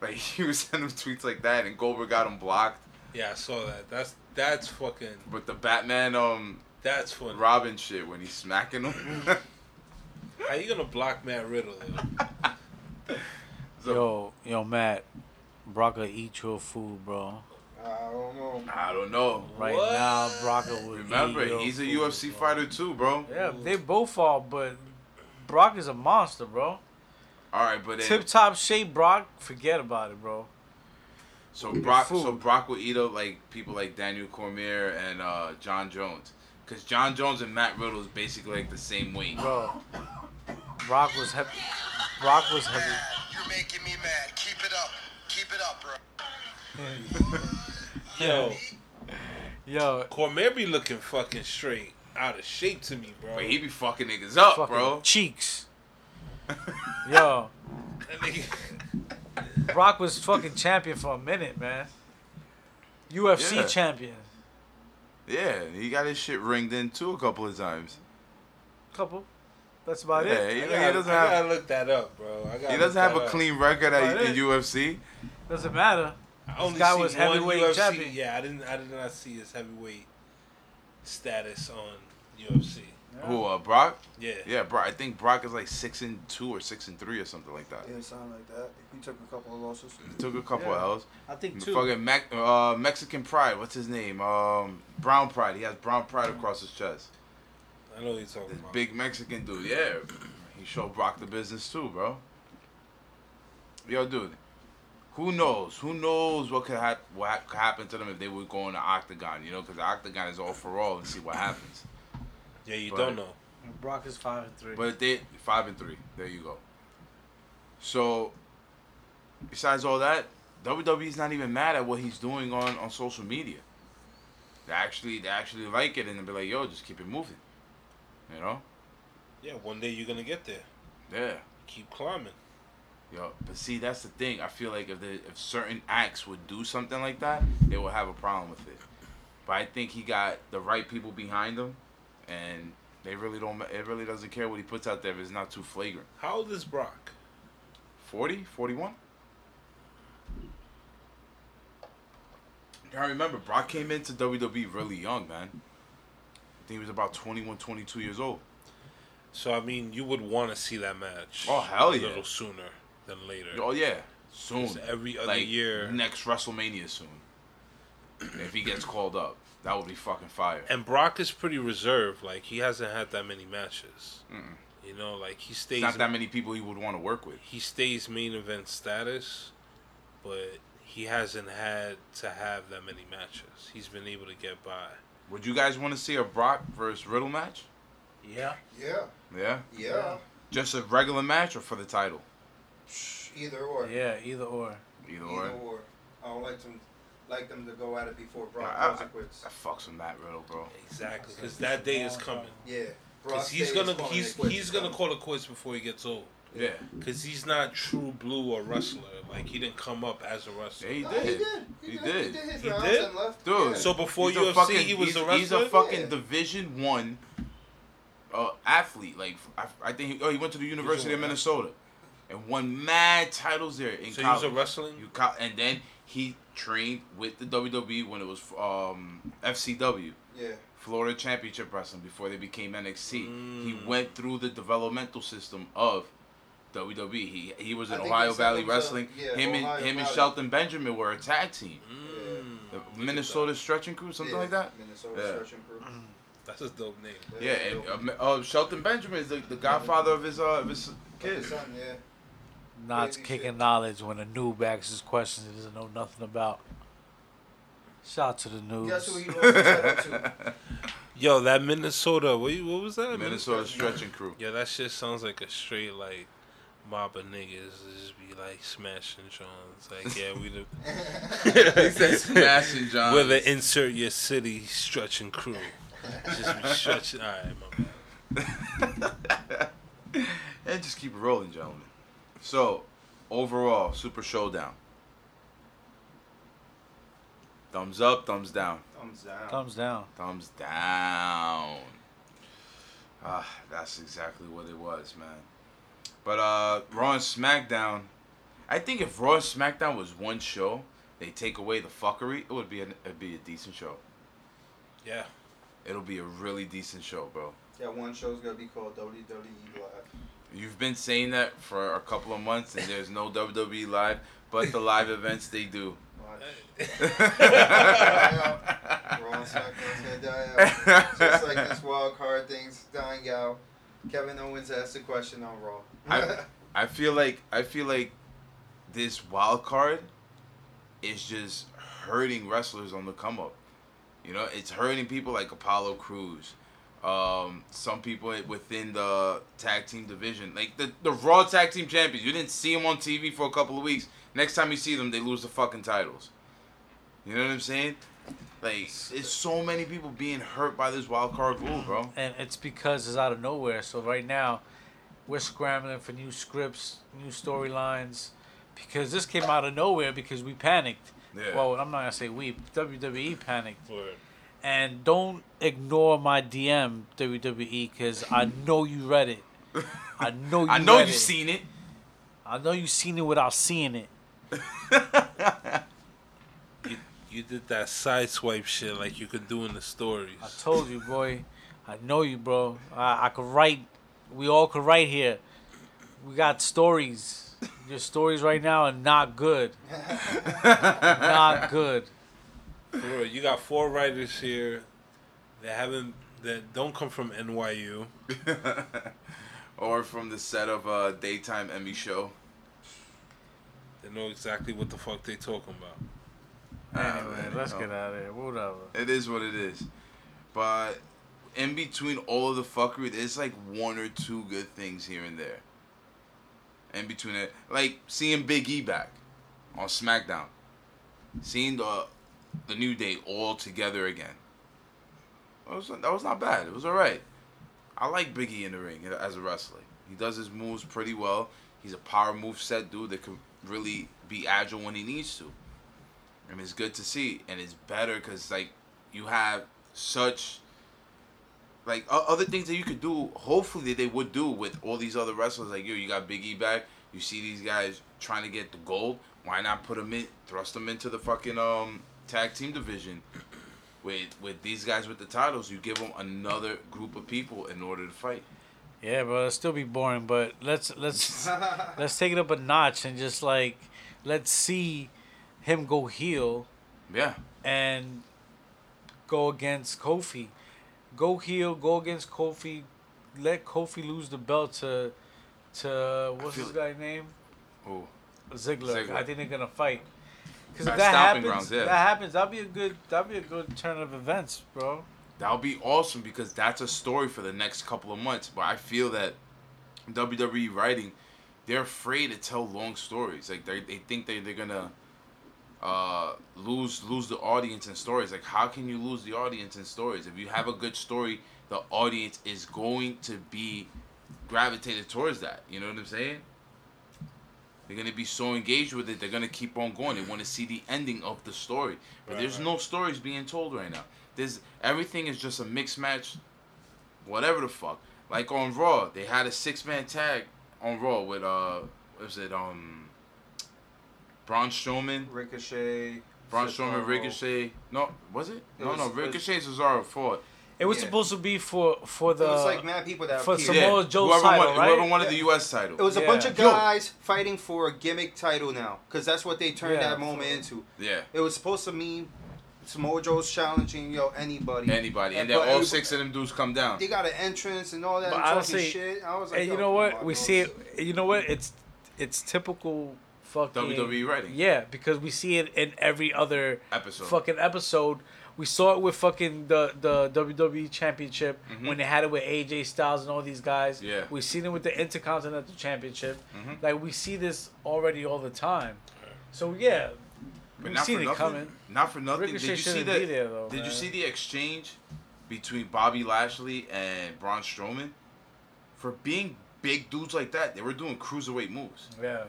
Speaker 4: Like, he was sending him tweets like that, and Goldberg got him blocked.
Speaker 5: Yeah, I saw that. That's that's fucking
Speaker 4: But the Batman, um,
Speaker 5: that's funny.
Speaker 4: Robin shit when he's smacking him.
Speaker 5: How you gonna block Matt Riddle? Though?
Speaker 6: Yo, yo, Matt, Braca, eat your food, bro.
Speaker 7: I don't know.
Speaker 4: I don't know.
Speaker 6: Right
Speaker 5: What?
Speaker 6: now, Braca will
Speaker 4: Remember,
Speaker 6: eat your
Speaker 4: he's a
Speaker 6: food,
Speaker 4: UFC
Speaker 6: bro.
Speaker 4: fighter too, bro.
Speaker 6: Yeah, they both are, but Brock is a monster, bro.
Speaker 4: All right, but then,
Speaker 6: Tip top shape, Brock. Forget about it, bro.
Speaker 4: So Brock,
Speaker 6: Food.
Speaker 4: so Brock will eat up like people like Daniel Cormier and uh, John Jones, because John Jones and Matt Riddle is basically like the same weight.
Speaker 6: Bro, Brock was heavy. Brock was heavy.
Speaker 2: You're making me mad. Keep it up. Keep it up, bro.
Speaker 5: Yo,
Speaker 6: Yo,
Speaker 5: Cormier be looking fucking straight out of shape to me, bro.
Speaker 4: But he be fucking niggas up,
Speaker 6: fucking
Speaker 4: bro.
Speaker 6: cheeks. Yo,
Speaker 5: That nigga-
Speaker 6: Brock was fucking champion for a minute, man. UFC
Speaker 4: Yeah.
Speaker 6: champion.
Speaker 4: Yeah, he got his shit ringed in too a couple of times.
Speaker 6: Couple. That's about
Speaker 4: Yeah,
Speaker 6: it.
Speaker 4: he,
Speaker 5: I
Speaker 4: he
Speaker 5: gotta,
Speaker 4: doesn't
Speaker 5: I
Speaker 4: have
Speaker 5: gotta look that up, bro. I gotta
Speaker 4: he
Speaker 5: look
Speaker 4: doesn't have
Speaker 5: that
Speaker 4: a
Speaker 5: up.
Speaker 4: clean record at,
Speaker 6: About
Speaker 4: in
Speaker 6: it.
Speaker 4: UFC.
Speaker 6: Doesn't matter.
Speaker 5: I only
Speaker 6: guy
Speaker 5: see
Speaker 6: was
Speaker 5: one
Speaker 6: heavyweight
Speaker 5: UFC.
Speaker 6: champion.
Speaker 5: Yeah, I didn't. I did not see his heavyweight status on UFC.
Speaker 4: Who uh, Brock?
Speaker 5: Yeah.
Speaker 4: Yeah, Brock. I think Brock is like six and two or six and three or something like that.
Speaker 7: Yeah, something like that. He took a couple of losses.
Speaker 4: He took a couple
Speaker 6: Yeah.
Speaker 4: of L's.
Speaker 6: I think two.
Speaker 4: Fucking Mac, uh, Mexican Pride. What's his name? Um, Brown Pride. He has Brown Pride across his chest.
Speaker 5: I know what you're talking
Speaker 4: This
Speaker 5: about.
Speaker 4: big Mexican dude. Yeah, he showed Brock the business too, bro. Yo, dude. Who knows? Who knows what could hap- what hap- could happen to them if they would go in the octagon? You know, because the octagon is all for all and see what happens.
Speaker 5: Yeah, you
Speaker 4: but-
Speaker 5: don't know.
Speaker 6: Brock is five and three.
Speaker 4: But they five and three. There you go. So, besides all that, WWE's not even mad at what he's doing on on social media. They actually they actually like it and they be like, yo, just keep it moving. You know?
Speaker 5: Yeah, one day you're gonna get there.
Speaker 4: Yeah.
Speaker 5: Keep climbing.
Speaker 4: Yo, but see, that's the thing. I feel like if the if certain acts would do something like that, they would have a problem with it. But I think he got the right people behind him, and they really don't. It really doesn't care what he puts out there if it's not too flagrant.
Speaker 5: How old is Brock?
Speaker 4: 40, 41? I remember Brock came into WWE really young, man. I think he was about 21, 22 years old.
Speaker 5: So I mean, you would want to see that match.
Speaker 4: Oh, hell yeah.
Speaker 5: A little sooner than later.
Speaker 4: Oh, yeah. Soon.
Speaker 5: It's every other year.
Speaker 4: Next WrestleMania soon. if he gets called up, that would be fucking fire.
Speaker 5: And Brock is pretty reserved. Like he hasn't had that many matches. You know, like he stays.
Speaker 4: It's not that many people he would want to work with.
Speaker 5: he stays main event status, but he hasn't had to have that many matches. He's been able to get by.
Speaker 4: Would you guys want to see a Brock versus Riddle match?
Speaker 6: yeah.
Speaker 7: Yeah,
Speaker 4: Yeah.
Speaker 7: yeah.
Speaker 4: Just a regular match or for the title?
Speaker 7: Psh, Either or.
Speaker 6: Yeah, either or.
Speaker 4: Either,
Speaker 7: Either
Speaker 4: way.
Speaker 7: or. I don't like them, like them to go at it before Brock
Speaker 4: I-
Speaker 7: calls
Speaker 4: I-
Speaker 7: it quits.
Speaker 4: That fucks with Matt Riddle, bro.
Speaker 5: Exactly, because that day is coming.
Speaker 7: Yeah. Brock
Speaker 5: Because he's
Speaker 7: stays
Speaker 5: gonna
Speaker 7: calling it
Speaker 5: he's
Speaker 7: quits.
Speaker 5: he's gonna call it quits before he gets old.
Speaker 4: Yeah.
Speaker 5: Because he's not true blue or wrestler. Like he didn't come up as a
Speaker 4: Yeah,
Speaker 5: wrestler.
Speaker 4: he
Speaker 7: No,
Speaker 4: did.
Speaker 7: he did. He,
Speaker 4: He
Speaker 7: did. He
Speaker 4: did.
Speaker 7: did his
Speaker 5: He
Speaker 7: rounds
Speaker 5: did?
Speaker 7: and left.
Speaker 4: Dude,
Speaker 7: yeah.
Speaker 5: So before
Speaker 4: He's a
Speaker 5: UFC,
Speaker 4: fucking-
Speaker 5: he was
Speaker 4: he's,
Speaker 5: a wrestler.
Speaker 4: He's a fucking
Speaker 7: Yeah.
Speaker 4: Division One uh, athlete. Like I, I think he, oh, he went to the University of
Speaker 5: athlete.
Speaker 4: Minnesota and won mad titles there in
Speaker 5: so he
Speaker 4: college.
Speaker 5: was a wrestling.
Speaker 4: You co- and then he trained with the WWE when it was um, FCW,
Speaker 7: Yeah.
Speaker 4: Florida Championship Wrestling, before they became NXT. He
Speaker 5: Mm.
Speaker 4: went through the developmental system of WWE. He he was
Speaker 7: I
Speaker 4: in
Speaker 7: think
Speaker 4: Ohio
Speaker 7: they said
Speaker 4: Valley
Speaker 7: it was a-
Speaker 4: Wrestling.
Speaker 7: yeah,
Speaker 4: him and
Speaker 7: Ohio
Speaker 4: him and
Speaker 7: Valley.
Speaker 4: Shelton Benjamin were a tag team.
Speaker 5: Mm.
Speaker 4: The
Speaker 5: Look at
Speaker 4: Minnesota Stretching Crew, something
Speaker 7: yeah.
Speaker 4: like that.
Speaker 7: Minnesota
Speaker 4: Yeah.
Speaker 7: Search and Crew.
Speaker 5: that. That's a dope name.
Speaker 4: Yeah, and uh, Ma- uh, Shelton Benjamin is the, the godfather of his uh, of his kids.
Speaker 7: Son, yeah.
Speaker 6: Not
Speaker 7: Crazy
Speaker 6: kicking
Speaker 7: shit.
Speaker 6: knowledge when a noob asks his questions he doesn't know nothing about. Shout out to the noobs.
Speaker 7: Guess who he lost his title to?
Speaker 5: Yo, that Minnesota. What, you- what was that?
Speaker 4: Minnesota Stretching Crew.
Speaker 5: Yeah, that shit sounds like a straight like mob of niggas that just be like smashing Johns. Like, yeah, we the
Speaker 4: They said smashing John.
Speaker 5: we're the insert your city stretching crew. Just be stretching. All right, my bad.
Speaker 4: and just keep it rolling, gentlemen. So, overall, Super Showdown. Thumbs up, thumbs down,
Speaker 7: Thumbs down.
Speaker 6: Thumbs down.
Speaker 4: thumbs down. Ah, that's exactly what it was, man. But uh, Raw and SmackDown. I think if Raw and SmackDown was one show, they take away the fuckery, it would be an, it'd be a decent show.
Speaker 5: Yeah.
Speaker 4: It'll be a really decent show, bro.
Speaker 7: That one show's gonna be called WWE Live.
Speaker 4: You've been saying that for a couple of months, and there's no WWE live, but the live events they do.
Speaker 7: Watch.
Speaker 4: yeah,
Speaker 7: Raw and SmackDown's gonna die out. Just like this wild card thing's dying out. Kevin Owens asked a question on Raw.
Speaker 4: I- I feel like I feel like this wild card is just hurting wrestlers on the come up. You know, it's hurting people like Apollo Cruz, um, some people within the tag team division, like the the Raw tag team champions. You didn't see them on TV for a couple of weeks. Next time you see them, they lose the fucking titles. You know what I'm saying? Like, it's so many people being hurt by this wild card rule, bro.
Speaker 6: And it's because it's out of nowhere. So right now, we're scrambling for new scripts, new storylines, because this came out of nowhere because we panicked.
Speaker 4: Yeah.
Speaker 6: Well, I'm not gonna say we. WWE panicked.
Speaker 5: Word.
Speaker 6: And don't ignore my DM WWE because E, I know you read it. I know you.
Speaker 4: I know
Speaker 6: read
Speaker 4: you've
Speaker 6: it.
Speaker 4: seen it.
Speaker 6: I know you seen it without seeing it.
Speaker 5: You, you did that side swipe shit like you could do in the stories.
Speaker 6: I told you, boy. I know you, bro. I, I could write. We all could write here. We got stories. Your stories right now are not good. not good.
Speaker 5: For real, you got four writers here that haven't that don't come from NYU.
Speaker 4: Or from the set of a daytime Emmy show.
Speaker 5: They know exactly what the fuck they talking about.
Speaker 4: Ah,
Speaker 6: Anyway,
Speaker 4: man,
Speaker 6: let's
Speaker 4: you know.
Speaker 6: get out of here. Whatever.
Speaker 4: It is what it is. But in between all of the fuckery, there's like one or two good things here and there. In between it, like seeing Big E back on SmackDown, seeing the the New Day all together again. That was, that was not bad. It was all right. I like Big E in the ring as a wrestler. He does his moves pretty well. He's a power move set dude that can really be agile when he needs to and it's good to see and it's better because like you have such like o- other things that you could do hopefully they would do with all these other wrestlers like you you got big e back you see these guys trying to get the gold why not put them in thrust them into the fucking um tag team division with with these guys with the titles you give them another group of people in order to fight
Speaker 6: Yeah, bro. It'll still be boring, but let's let's let's take it up a notch and just like let's see him go heel.
Speaker 4: yeah
Speaker 6: and go against Kofi. Go heel, go against Kofi. Let Kofi lose the belt to to what's
Speaker 4: feel
Speaker 6: his
Speaker 4: it.
Speaker 6: guy's name?
Speaker 4: oh
Speaker 6: Ziggler.
Speaker 4: Ziggler.
Speaker 6: I think they're gonna fight. Because
Speaker 4: At
Speaker 6: if that
Speaker 4: Stomping
Speaker 6: happens,
Speaker 4: Grounds, yeah.
Speaker 6: that happens. That'll be a good. That'll be a good turn of events, bro.
Speaker 4: That would be awesome because that's a story for the next couple of months. But I feel that WWE writing, they're afraid to tell long stories. Like they, they think they they're gonna uh, lose lose the audience in stories. Like how can you lose the audience in stories? If you have a good story, the audience is going to be gravitated towards that. You know what I'm saying? They're gonna be so engaged with it, they're gonna keep on going. They want to see the ending of the story, but
Speaker 5: Right,
Speaker 4: there's
Speaker 5: right.
Speaker 4: no stories being told right now. There's everything is just a mixed match, whatever the fuck. Like on Raw, they had a six man tag on Raw with uh, what was it um, Braun Strowman,
Speaker 7: Ricochet.
Speaker 4: Braun
Speaker 7: Cesaro.
Speaker 4: Strowman, Ricochet. No, was it?
Speaker 7: It
Speaker 4: no,
Speaker 7: was-
Speaker 4: no,
Speaker 7: it was-
Speaker 4: Ricochet, Cesaro, Ford.
Speaker 6: It was
Speaker 7: Yeah.
Speaker 6: supposed to be for for
Speaker 7: It
Speaker 6: the.
Speaker 7: was like mad people that
Speaker 6: Uh, for
Speaker 7: appeared.
Speaker 6: some more- Samoa Joe's title,
Speaker 4: won,
Speaker 6: right?
Speaker 4: whoever wanted
Speaker 7: Yeah.
Speaker 4: the U.S. title.
Speaker 7: It was
Speaker 6: Yeah.
Speaker 7: a bunch of
Speaker 4: Yo.
Speaker 7: guys fighting for a gimmick title now, because that's what they turned
Speaker 6: Yeah.
Speaker 7: that moment into.
Speaker 4: yeah.
Speaker 7: It was supposed to mean Samoa Joe's challenging yo anybody.
Speaker 4: Anybody, and,
Speaker 7: And
Speaker 4: then
Speaker 7: but
Speaker 4: all
Speaker 7: every-
Speaker 4: six of them dudes come down.
Speaker 7: They got an entrance and all that
Speaker 6: But
Speaker 7: and
Speaker 6: I don't
Speaker 7: talking
Speaker 6: see-
Speaker 7: shit. I was like,
Speaker 6: and
Speaker 7: yo,
Speaker 6: you know
Speaker 7: come
Speaker 6: what?
Speaker 7: on,
Speaker 6: We
Speaker 7: bro.
Speaker 6: see it. You know what? It's it's typical fucking
Speaker 4: WWE E writing.
Speaker 6: Yeah, because we see it in every other
Speaker 4: Episode.
Speaker 6: Fucking episode. We saw it with fucking the the WWE Championship when they had it with AJ Styles and all these guys.
Speaker 4: Mm-hmm. Yeah. Mm-hmm.
Speaker 6: We've seen it with the Intercontinental Championship. Like we see this already all the time. So yeah,
Speaker 4: But
Speaker 6: we've
Speaker 4: not
Speaker 6: seen
Speaker 4: for
Speaker 6: it
Speaker 4: nothing.
Speaker 6: coming.
Speaker 4: Not for nothing.
Speaker 6: Ricochet
Speaker 4: did you see
Speaker 6: shouldn't
Speaker 4: the?
Speaker 6: be there, though,
Speaker 4: did you
Speaker 6: man.
Speaker 4: see the exchange between Bobby Lashley and Braun Strowman? For being big dudes like that, they were doing cruiserweight moves.
Speaker 6: Yeah.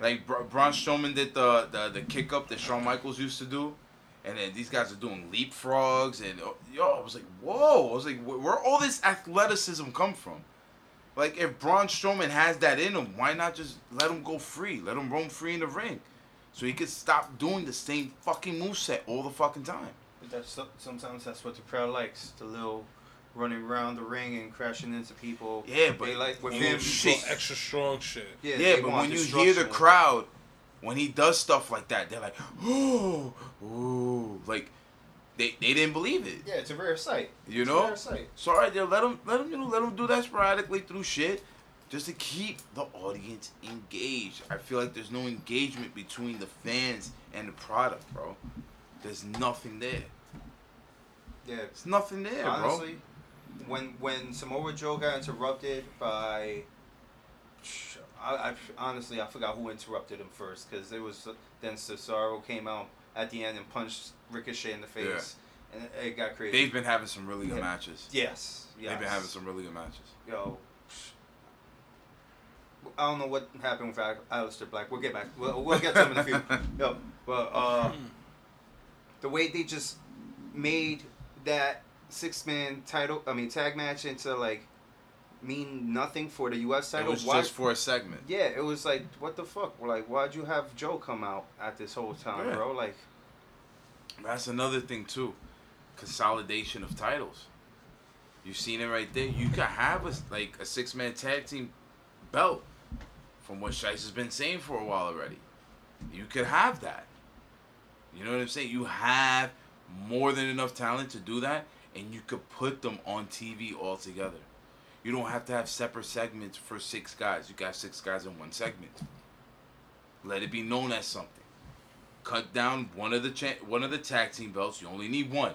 Speaker 4: Like Bra- Braun Strowman did the, the the kick up that Shawn Michaels used to do, and then these guys are doing leapfrogs and oh, yo, I was like, whoa, I was like, where, where all this athleticism come from? Like if Braun Strowman has that in him, why not just let him go free, let him roam free in the ring, so he could stop doing the same fucking moveset all the fucking time.
Speaker 7: But that's so- sometimes that's what the crowd likes. The little running around the ring and crashing into people.
Speaker 4: Yeah, but-
Speaker 7: they like with
Speaker 4: Oh,
Speaker 7: him.
Speaker 4: shit.
Speaker 5: Well, extra strong shit.
Speaker 7: Yeah,
Speaker 4: Yeah,
Speaker 7: they
Speaker 4: but
Speaker 7: want
Speaker 4: when you hear the
Speaker 7: destruction.
Speaker 4: crowd, when he does stuff like that, they're like, oh, ooh, like they they didn't believe it.
Speaker 7: yeah, it's a rare sight.
Speaker 4: You
Speaker 7: It's a
Speaker 4: know?
Speaker 7: rare sight.
Speaker 4: So all right, then let them let them you know let them do that sporadically through shit, just to keep the audience engaged. I feel like there's no engagement between the fans and the product, bro. There's nothing there.
Speaker 7: Yeah,
Speaker 4: There's nothing there,
Speaker 7: honestly, when when Samoa Joe got interrupted by, I, I honestly I forgot who interrupted him first because it was then Cesaro came out at the end and punched Ricochet in the face, and it, it
Speaker 4: bro.
Speaker 7: got crazy.
Speaker 4: They've been having some really good
Speaker 7: Yeah.
Speaker 4: matches.
Speaker 7: yes, yes,
Speaker 4: They've been having some really good matches.
Speaker 7: yo. I don't know what happened with Al- Aleister Black. We'll get back. We'll, we'll get to him in a few. Yo, but uh, the way they just made that six man title, I mean tag match into like mean nothing for the U.S.
Speaker 4: It
Speaker 7: title.
Speaker 4: was
Speaker 7: Why-
Speaker 4: just for a segment.
Speaker 7: yeah, it was like what the fuck? Like why'd you have Joe come out at this whole time,
Speaker 4: Yeah.
Speaker 7: bro? Like
Speaker 4: That's another thing too, consolidation of titles. You've seen it right there. You could have a like a six man tag team belt, from what Shice has been saying for a while already. You could have that. You know what I'm saying? You have more than enough talent to do that, and you could put them on TV all together. You don't have to have separate segments for six guys. You got six guys in one segment. Let it be known as something cut down one of the cha- one of the tag team belts. You only need one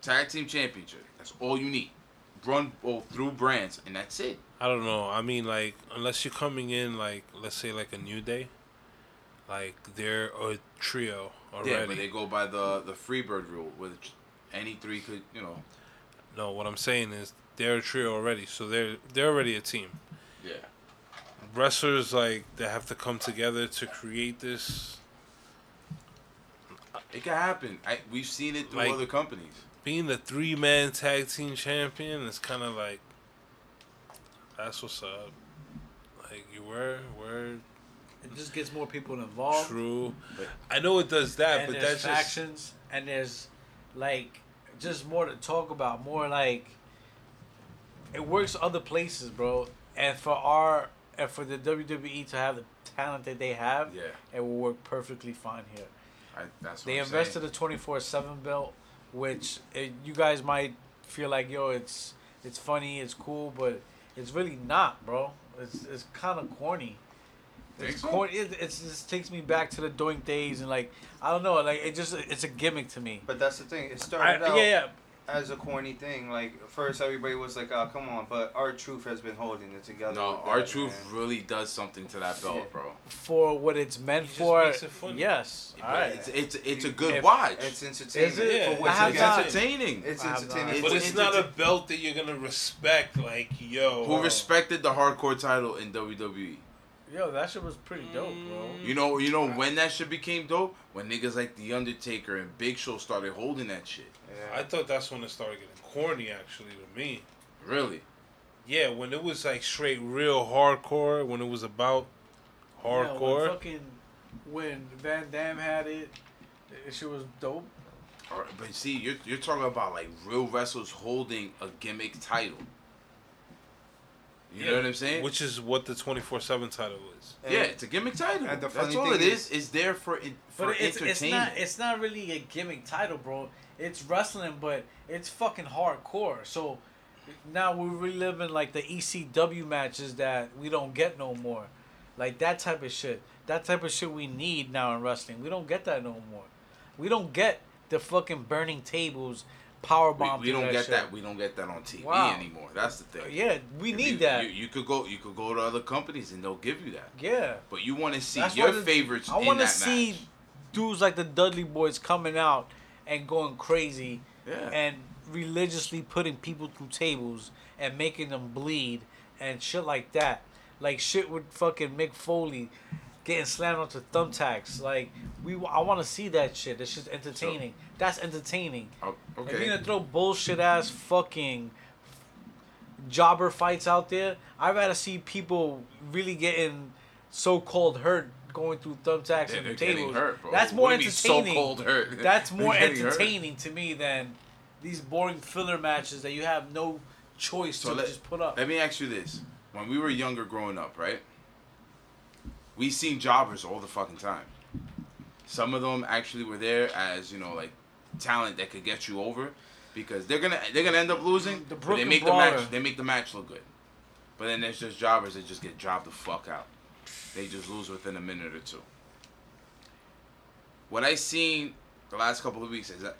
Speaker 4: tag team championship. That's all you need. Run both through brands, and that's it.
Speaker 5: I don't know. I mean, like, unless you're coming in, like, let's say, like a New Day, like they're a trio already.
Speaker 4: Yeah, but they go by the the Freebird rule, which any three could you know.
Speaker 5: No, what I'm saying is they're a trio already, so they're they're already a team.
Speaker 4: Yeah.
Speaker 5: Wrestlers like they have to come together to create this.
Speaker 4: It could happen. I, we've seen it through
Speaker 5: Like-
Speaker 4: other companies.
Speaker 5: Being the three man tag team champion is kind of like that's what's up. Like you were were
Speaker 6: It just gets more people involved.
Speaker 5: true.
Speaker 4: Um, But-
Speaker 5: I know it does that,
Speaker 6: and
Speaker 5: but that's
Speaker 6: there's
Speaker 5: just
Speaker 6: factions, and there's like just more to talk about. More like it works other places, bro. And for our and for the WWE to have the talent that they have,
Speaker 4: Yeah.
Speaker 6: it will work perfectly fine here.
Speaker 4: I, that's what
Speaker 6: They
Speaker 4: I'm
Speaker 6: invested
Speaker 4: saying.
Speaker 6: a twenty four seven belt, which eh, you guys might feel like yo, it's it's funny, it's cool, but it's really not, bro. It's it's kind of corny.
Speaker 4: Think
Speaker 6: It's
Speaker 4: so?
Speaker 6: corny. It, it's it just takes me back to the doink days and like I don't know, like it just it's a gimmick to me.
Speaker 7: But that's the thing. It
Speaker 6: I,
Speaker 7: started
Speaker 6: yeah,
Speaker 7: out
Speaker 6: yeah,
Speaker 7: as a corny thing. Like first, everybody was like, "Oh, come on!" But our truth has been holding it together.
Speaker 4: No,
Speaker 7: with that,
Speaker 4: our truth
Speaker 7: man.
Speaker 4: really does something to that belt,
Speaker 7: Yeah.
Speaker 4: bro.
Speaker 6: for what it's meant
Speaker 5: just
Speaker 6: for.
Speaker 5: makes it funny.
Speaker 6: Yes, all right.
Speaker 4: It's it's it's a good
Speaker 6: If-
Speaker 4: watch.
Speaker 7: It's
Speaker 4: It's,
Speaker 7: entertainment.
Speaker 6: Is it?
Speaker 7: for
Speaker 5: Yeah.
Speaker 7: what
Speaker 6: I
Speaker 7: you
Speaker 6: have
Speaker 7: get.
Speaker 6: not-
Speaker 4: entertaining.
Speaker 7: It's
Speaker 6: I have
Speaker 7: entertainment.
Speaker 6: not.
Speaker 5: But
Speaker 7: for
Speaker 5: it's
Speaker 7: what
Speaker 5: not
Speaker 7: you
Speaker 5: a
Speaker 7: get.
Speaker 5: belt that you're gonna respect. Like yo, um,
Speaker 4: Who respected the hardcore title in E? WWE?
Speaker 6: Yo, that shit was pretty dope, bro.
Speaker 4: You know, you know when that shit became dope? When niggas like The Undertaker and Big Show started holding that shit.
Speaker 7: Yeah.
Speaker 5: I thought that's when it started getting corny. Actually, to me.
Speaker 4: Really?
Speaker 5: Yeah, when it was like straight real hardcore, when it was about
Speaker 6: Yeah, when
Speaker 5: hardcore.
Speaker 6: fucking when Van Damme had it, it shit was dope.
Speaker 4: Or- But see, you're you're talking about like real wrestlers holding a gimmick title. You know
Speaker 5: Yeah,
Speaker 4: what I'm saying?
Speaker 5: Which is what the 24 7 title is.
Speaker 4: yeah, it's a gimmick title.
Speaker 7: and the
Speaker 4: That's
Speaker 7: funny
Speaker 4: all
Speaker 7: thing
Speaker 4: it is.
Speaker 7: is-
Speaker 4: It's there for in, for
Speaker 6: But it's it's
Speaker 4: entertainment.
Speaker 6: not it's not really a gimmick title, bro. It's wrestling, but it's fucking hardcore. So now we're reliving like the ECW matches that we don't get no more, like that type of shit. That type of shit we need now in wrestling. We don't get that no more. We don't get the fucking burning tables, power bomb.
Speaker 4: we, we don't get that. We don't get that on TV
Speaker 6: Wow.
Speaker 4: anymore. That's the thing.
Speaker 6: Yeah, we
Speaker 4: If
Speaker 6: need
Speaker 4: you,
Speaker 6: that.
Speaker 4: You, you could go. You could go to other companies and they'll give you that.
Speaker 6: yeah.
Speaker 4: But you want to see
Speaker 6: That's
Speaker 4: your
Speaker 6: why the-
Speaker 4: favorites
Speaker 6: I
Speaker 4: in
Speaker 6: want to
Speaker 4: that
Speaker 6: see
Speaker 4: match.
Speaker 6: dudes like the Dudley Boys coming out and going crazy,
Speaker 4: Yeah.
Speaker 6: and religiously putting people through tables and making them bleed and shit like that. Like shit with fucking Mick Foley getting slammed onto thumbtacks. Like we, I want to see that shit. That's just entertaining. That's entertaining.
Speaker 4: Oh,
Speaker 6: If
Speaker 4: okay.
Speaker 6: you're gonna throw bullshit ass fucking jobber fights out there, I'd rather see people really getting so called hurt going through thumbtacks
Speaker 4: Yeah, they're
Speaker 6: and
Speaker 4: getting
Speaker 6: tables.
Speaker 4: hurt, bro.
Speaker 6: That's
Speaker 4: What
Speaker 6: more
Speaker 4: do you mean
Speaker 6: entertaining.
Speaker 4: so-called hurt?
Speaker 6: That's
Speaker 4: They're
Speaker 6: more
Speaker 4: getting hurt.
Speaker 6: entertaining to me than these boring filler matches that you have no choice
Speaker 4: So
Speaker 6: to
Speaker 4: let,
Speaker 6: just put up.
Speaker 4: let me ask you this. When we were younger growing up, right? We seen jobbers all the fucking time. Some of them actually were there as, you know, like talent that could get you over because they're gonna they're gonna end up losing.
Speaker 6: The
Speaker 4: but they
Speaker 6: Brooklyn
Speaker 4: make the
Speaker 6: Brawler.
Speaker 4: match they make the match look good. But then there's just jobbers that just get jobbed the fuck out. They just lose within a minute or two. What I seen the last couple of weeks, is uh,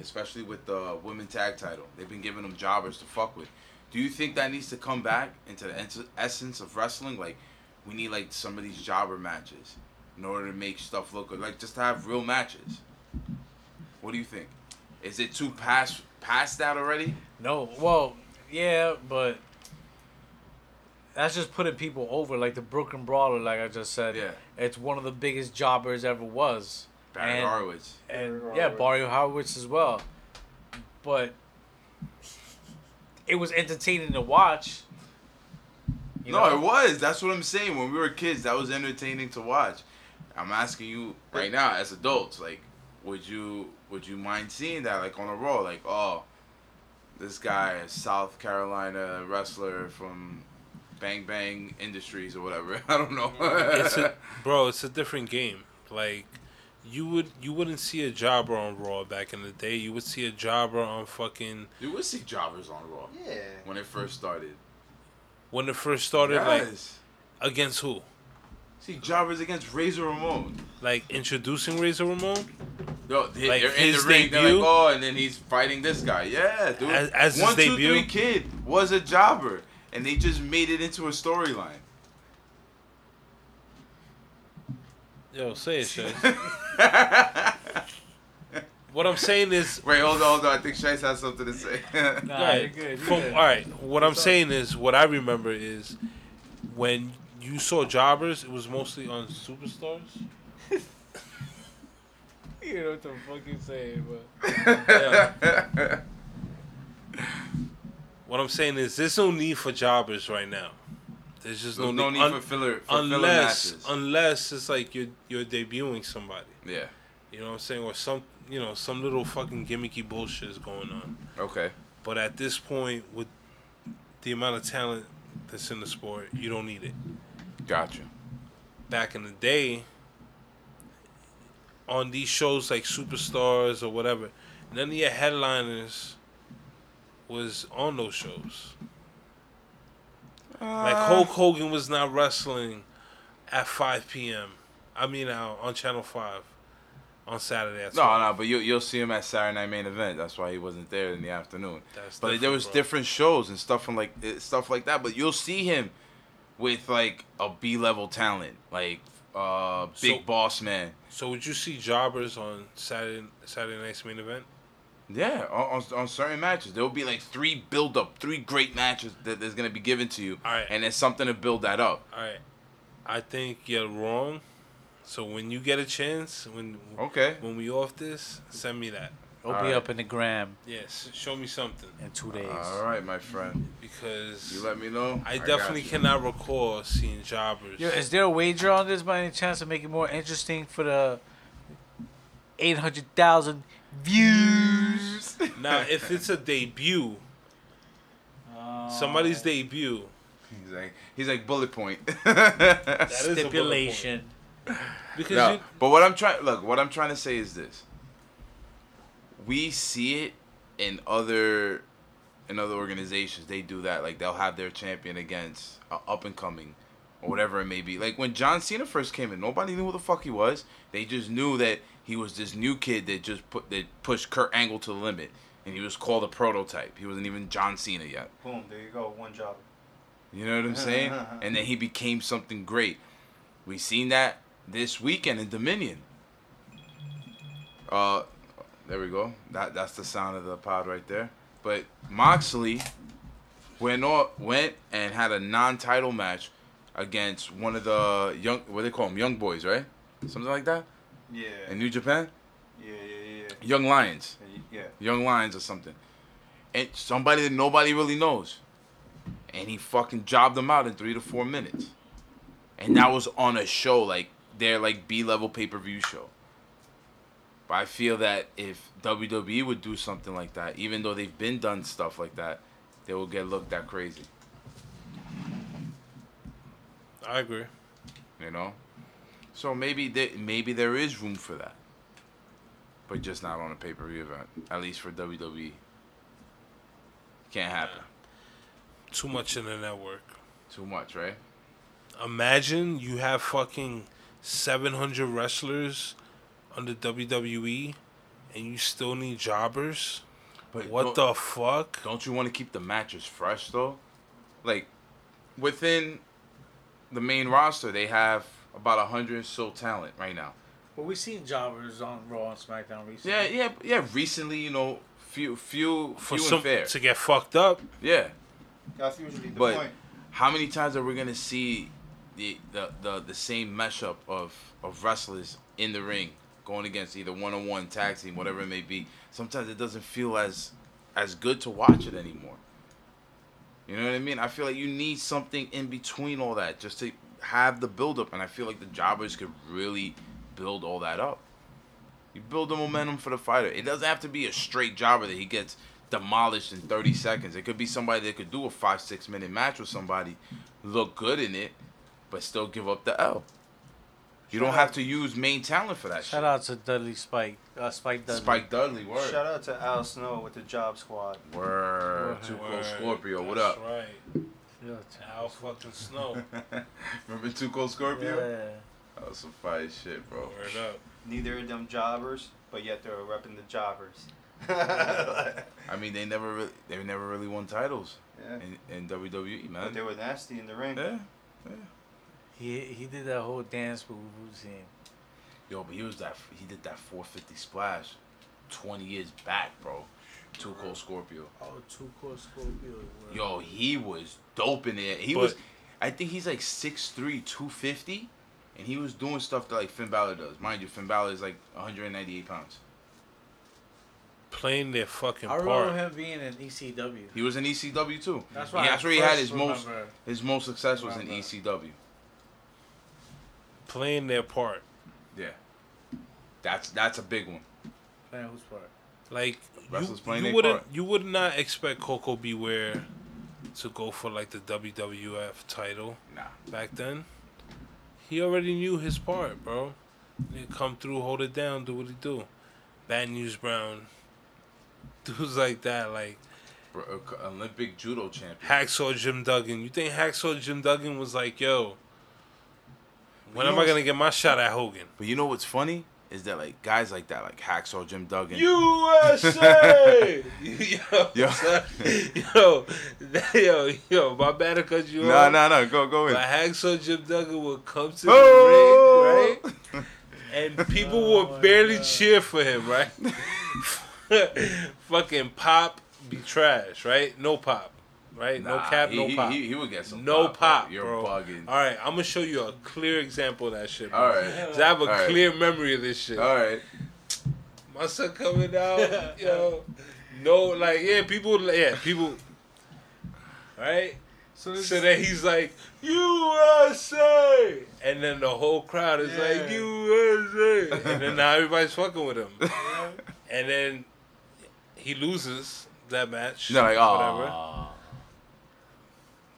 Speaker 4: especially with the women tag title, they've been giving them jobbers to fuck with. Do you think that needs to come back into the ens- essence of wrestling? Like, we need like some of these jobber matches in order to make stuff look good. Like, just to have real matches. What do you think? Is it too past past that already?
Speaker 6: No, well, yeah, but that's just putting people over, like the Brooklyn Brawler, like I just said.
Speaker 4: Yeah.
Speaker 6: it's one of the biggest jobbers ever was.
Speaker 4: Barry
Speaker 6: And-
Speaker 4: Horowitz.
Speaker 6: and yeah, Barrio Horowitz as well. but it was entertaining to watch. you
Speaker 4: no,
Speaker 6: know?
Speaker 4: it was. That's what I'm saying. When we were kids, that was entertaining to watch. I'm asking you right now, as adults, like, would you would you mind seeing that, like, on a roll, like, oh, this guy, is South Carolina wrestler from Bang Bang Industries or whatever. I don't know.
Speaker 5: it's a, bro, it's a different game. Like you would you wouldn't see a jobber on Raw back in the day. You would see a jobber on fucking
Speaker 4: you would see jobbers on Raw
Speaker 7: Yeah.
Speaker 4: when it first started.
Speaker 5: when it first started
Speaker 4: Yes.
Speaker 5: like against who?
Speaker 4: See jobbers against Razor Ramon.
Speaker 5: Like introducing Razor Ramon?
Speaker 4: Yo, they,
Speaker 5: Like,
Speaker 4: they're in the
Speaker 5: his
Speaker 4: ring. They're like,
Speaker 5: debut?
Speaker 4: oh, and then he's fighting this guy. Yeah, dude.
Speaker 5: As- as his
Speaker 4: One, Two,
Speaker 5: debut?
Speaker 4: Three kid was a jobber, and they just made it into a storyline.
Speaker 5: Yo, say it, Shay. what I'm saying is
Speaker 4: Wait, hold on, hold on. I think Shice has something to say.
Speaker 6: Nah,
Speaker 5: Right.
Speaker 6: you're good. You're
Speaker 5: From-
Speaker 6: good.
Speaker 5: all right. What I'm saying is, what I remember is when you saw jobbers, it was mostly on superstars.
Speaker 6: You know what the fuck you saying, but
Speaker 5: What I'm saying is, there's no need for jobbers right now. There's just
Speaker 4: There's no
Speaker 5: no,
Speaker 4: need
Speaker 5: un-
Speaker 4: for filler, for
Speaker 5: unless
Speaker 4: filler matches.
Speaker 5: unless it's like you're you're debuting somebody.
Speaker 4: yeah.
Speaker 5: You know what I'm saying, or some you know some little fucking gimmicky bullshit is going on.
Speaker 4: Okay.
Speaker 5: But at this point, with the amount of talent that's in the sport, you don't need it.
Speaker 4: Gotcha.
Speaker 5: back in the day on these shows like Superstars or whatever, none of your headliners was on those shows. like Hulk Hogan was not wrestling at 5 p.m. I mean, uh, on Channel 5 on Saturday. at
Speaker 4: No,
Speaker 5: 12.
Speaker 4: no, but you, you'll see him at Saturday Night Main Event. That's why he wasn't there in the afternoon.
Speaker 5: That's
Speaker 4: but there
Speaker 5: different,
Speaker 4: was
Speaker 5: bro.
Speaker 4: different shows and stuff from like eh, stuff like that. But you'll see him with like a B level talent, like uh, Big
Speaker 5: So-
Speaker 4: Boss Man.
Speaker 5: So would you see jobbers on Saturday Saturday night's main event?
Speaker 4: Yeah, on, on, on certain matches, there will be like three build up, three great matches that there's gonna be given to you,
Speaker 5: All right.
Speaker 4: and there's something to build that up.
Speaker 5: All right, I think you're wrong. So when you get a chance, when
Speaker 4: Okay.
Speaker 5: when we off this, send me that.
Speaker 6: it'll be
Speaker 4: All right.
Speaker 6: up in the gram
Speaker 5: Yes, show me something
Speaker 6: in two days.
Speaker 4: All right, my friend, you
Speaker 5: because
Speaker 4: let me know.
Speaker 5: I
Speaker 4: got
Speaker 5: definitely
Speaker 4: you.
Speaker 5: cannot recall seeing jobbers.
Speaker 6: Yo, is there a wager on this by any chance to make it more interesting for the eight hundred thousand views?
Speaker 5: now, if it's a debut, somebody's
Speaker 6: Uh,
Speaker 5: debut,
Speaker 4: He's like, he's like bullet point.
Speaker 5: that is a bullet point.
Speaker 6: Stipulation.
Speaker 5: because
Speaker 4: No,
Speaker 5: you,
Speaker 4: but what I'm trying look, what I'm trying to say is this. We see it in other in other organizations. They do that. Like they'll have their champion against a up and coming or whatever it may be. Like when John Cena first came in, nobody knew who the fuck he was. They just knew that he was this new kid that just put that pushed Kurt Angle to the limit. And he was called a prototype. He wasn't even John Cena yet.
Speaker 7: Boom. There you go. One job.
Speaker 4: You know what I'm saying? and then he became something great. We seen that this weekend in Dominion. Uh, there we go. That that's the sound of the pod right there. But Moxley went on, went and had a non-title match against one of the young what they call them young boys, right? Something like that
Speaker 7: Yeah.
Speaker 4: in New Japan,
Speaker 7: Yeah. Yeah. Yeah.
Speaker 4: Young Lions.
Speaker 7: Yeah. Yeah.
Speaker 4: Young Lions or something. And somebody that nobody really knows. And he fucking jobbed them out in three to four minutes. And that was on a show, like their like B level pay per view show. But I feel that if WWE would do something like that, even though they've been done stuff like that, they will get looked at crazy.
Speaker 5: I agree.
Speaker 4: You know? So maybe there maybe there is room for that. But just not on a pay per view event. At least for WWE. Can't happen.
Speaker 5: Too much in the network.
Speaker 4: Too much, right?
Speaker 5: Imagine you have fucking seven hundred wrestlers under WWE, and you still need jobbers.
Speaker 4: But don't,
Speaker 5: What the fuck?
Speaker 4: Don't you want to keep the matches fresh though? Like, within the main roster, they have about a hundred and so talent right now.
Speaker 6: Well, we've seen jobbers on Raw and SmackDown recently.
Speaker 4: Yeah, yeah, yeah. Recently, you know, few, few,
Speaker 5: For
Speaker 4: few
Speaker 5: some
Speaker 4: and fair.
Speaker 5: to get fucked up.
Speaker 4: yeah,
Speaker 7: That's usually the
Speaker 4: but
Speaker 7: point.
Speaker 4: how many times are we gonna see the the the, the same mashup of of wrestlers in the ring going against either one on one, tag team, whatever it may be? Sometimes it doesn't feel as as good to watch it anymore. You know what I mean? I feel like you need something in between all that just to have the build up, and I feel like the jobbers could really build all that up. You build the momentum for the fighter. It doesn't have to be a straight jobber that he gets demolished in 30 seconds. It could be somebody that could do a five, six minute match with somebody, look good in it, but still give up the L. You don't have to use main talent for that
Speaker 6: Shout out to Dudley Spike. Uh, Spike
Speaker 4: shit.
Speaker 6: Dudley.
Speaker 4: Spike Dudley, word.
Speaker 7: Shout out to Al Snow with the Job Squad.
Speaker 4: Word. Two Cold
Speaker 5: Word.
Speaker 4: Scorpio, what
Speaker 5: That's
Speaker 4: up?
Speaker 5: right.
Speaker 6: Yeah.
Speaker 5: Al fucking Snow.
Speaker 4: Remember Two Cold Scorpio?
Speaker 6: yeah.
Speaker 4: That was some fire shit, bro.
Speaker 5: Word up.
Speaker 7: Neither of them jobbers, but yet they're repping the jobbers.
Speaker 4: I mean, they never really, they never really won titles
Speaker 7: Yeah.
Speaker 4: in, in WWE,
Speaker 7: But they
Speaker 4: man.
Speaker 7: were nasty in the ring.
Speaker 4: Yeah.
Speaker 6: He he did that whole dance with Wu Tang.
Speaker 4: Yo, but he was that. He did that 450 splash, 20 years back, bro. Two Cold Scorpio.
Speaker 6: Oh, two course Scorpio.
Speaker 4: Yo, he was dope in there. He
Speaker 5: But-
Speaker 4: was. I think he's like 6'3", 250, and he was doing stuff that like Finn Balor does. Mind you, Finn Balor is like 198 pounds.
Speaker 5: Playing their fucking
Speaker 6: I
Speaker 5: part.
Speaker 6: remember him being in E ECW.
Speaker 4: He was in ECW too.
Speaker 6: That's
Speaker 4: Yeah,
Speaker 6: why I
Speaker 4: that's where he had
Speaker 6: first
Speaker 4: his most
Speaker 6: remember.
Speaker 4: his most success was in E
Speaker 6: Remember.
Speaker 4: ECW.
Speaker 5: Playing their part.
Speaker 4: Yeah, that's that's a big one.
Speaker 6: Playing whose part?
Speaker 5: Like
Speaker 4: Wrestlers
Speaker 5: you,
Speaker 4: playing
Speaker 5: you
Speaker 4: their
Speaker 5: wouldn't
Speaker 4: part.
Speaker 5: you would not expect Coco Beware to go for like the WWF title
Speaker 4: Nah,
Speaker 5: back then. He already knew his part, bro. He come through, hold it down, do what he do. Bad News Brown, dudes like that, like
Speaker 4: Bro, uh, Olympic judo champion.
Speaker 5: Hacksaw Jim Duggan. You think Hacksaw Jim Duggan was like, yo, when
Speaker 4: You
Speaker 5: am
Speaker 4: know
Speaker 5: I gonna get my shot at Hogan?
Speaker 4: But you know what's funny is that like guys like that, like Hacksaw Jim Duggan.
Speaker 5: USA. yo,
Speaker 4: Yo.
Speaker 5: yo, yo, yo, my bad to cut you
Speaker 4: no,
Speaker 5: off.
Speaker 4: no, no, go go in.
Speaker 5: But Hacksaw Jim Duggan would come to the
Speaker 4: Oh!
Speaker 5: ring, right? And people would barely cheer for him, right? Fucking pop be trash, right? No pop, right? no
Speaker 4: Nah,
Speaker 5: cap,
Speaker 4: he,
Speaker 5: no
Speaker 4: he-
Speaker 5: pop.
Speaker 4: He, he would get some.
Speaker 5: no
Speaker 4: bro.
Speaker 5: pop,
Speaker 4: You're
Speaker 5: bro.
Speaker 4: bugging.
Speaker 5: All right, I'm gonna show you a clear example of that shit. Bro.
Speaker 4: All right.
Speaker 5: 'Cause I have a
Speaker 4: All right.
Speaker 5: clear memory of this shit.
Speaker 4: All right.
Speaker 5: My son coming out, yo. No, like yeah, people, yeah, people. Right.
Speaker 6: So,
Speaker 5: So then he's like, USA! And then the whole crowd is like,
Speaker 6: Yeah.
Speaker 5: USA! And then now everybody's fucking with him. and then he loses that match.
Speaker 4: No, like
Speaker 5: whatever.
Speaker 4: oh.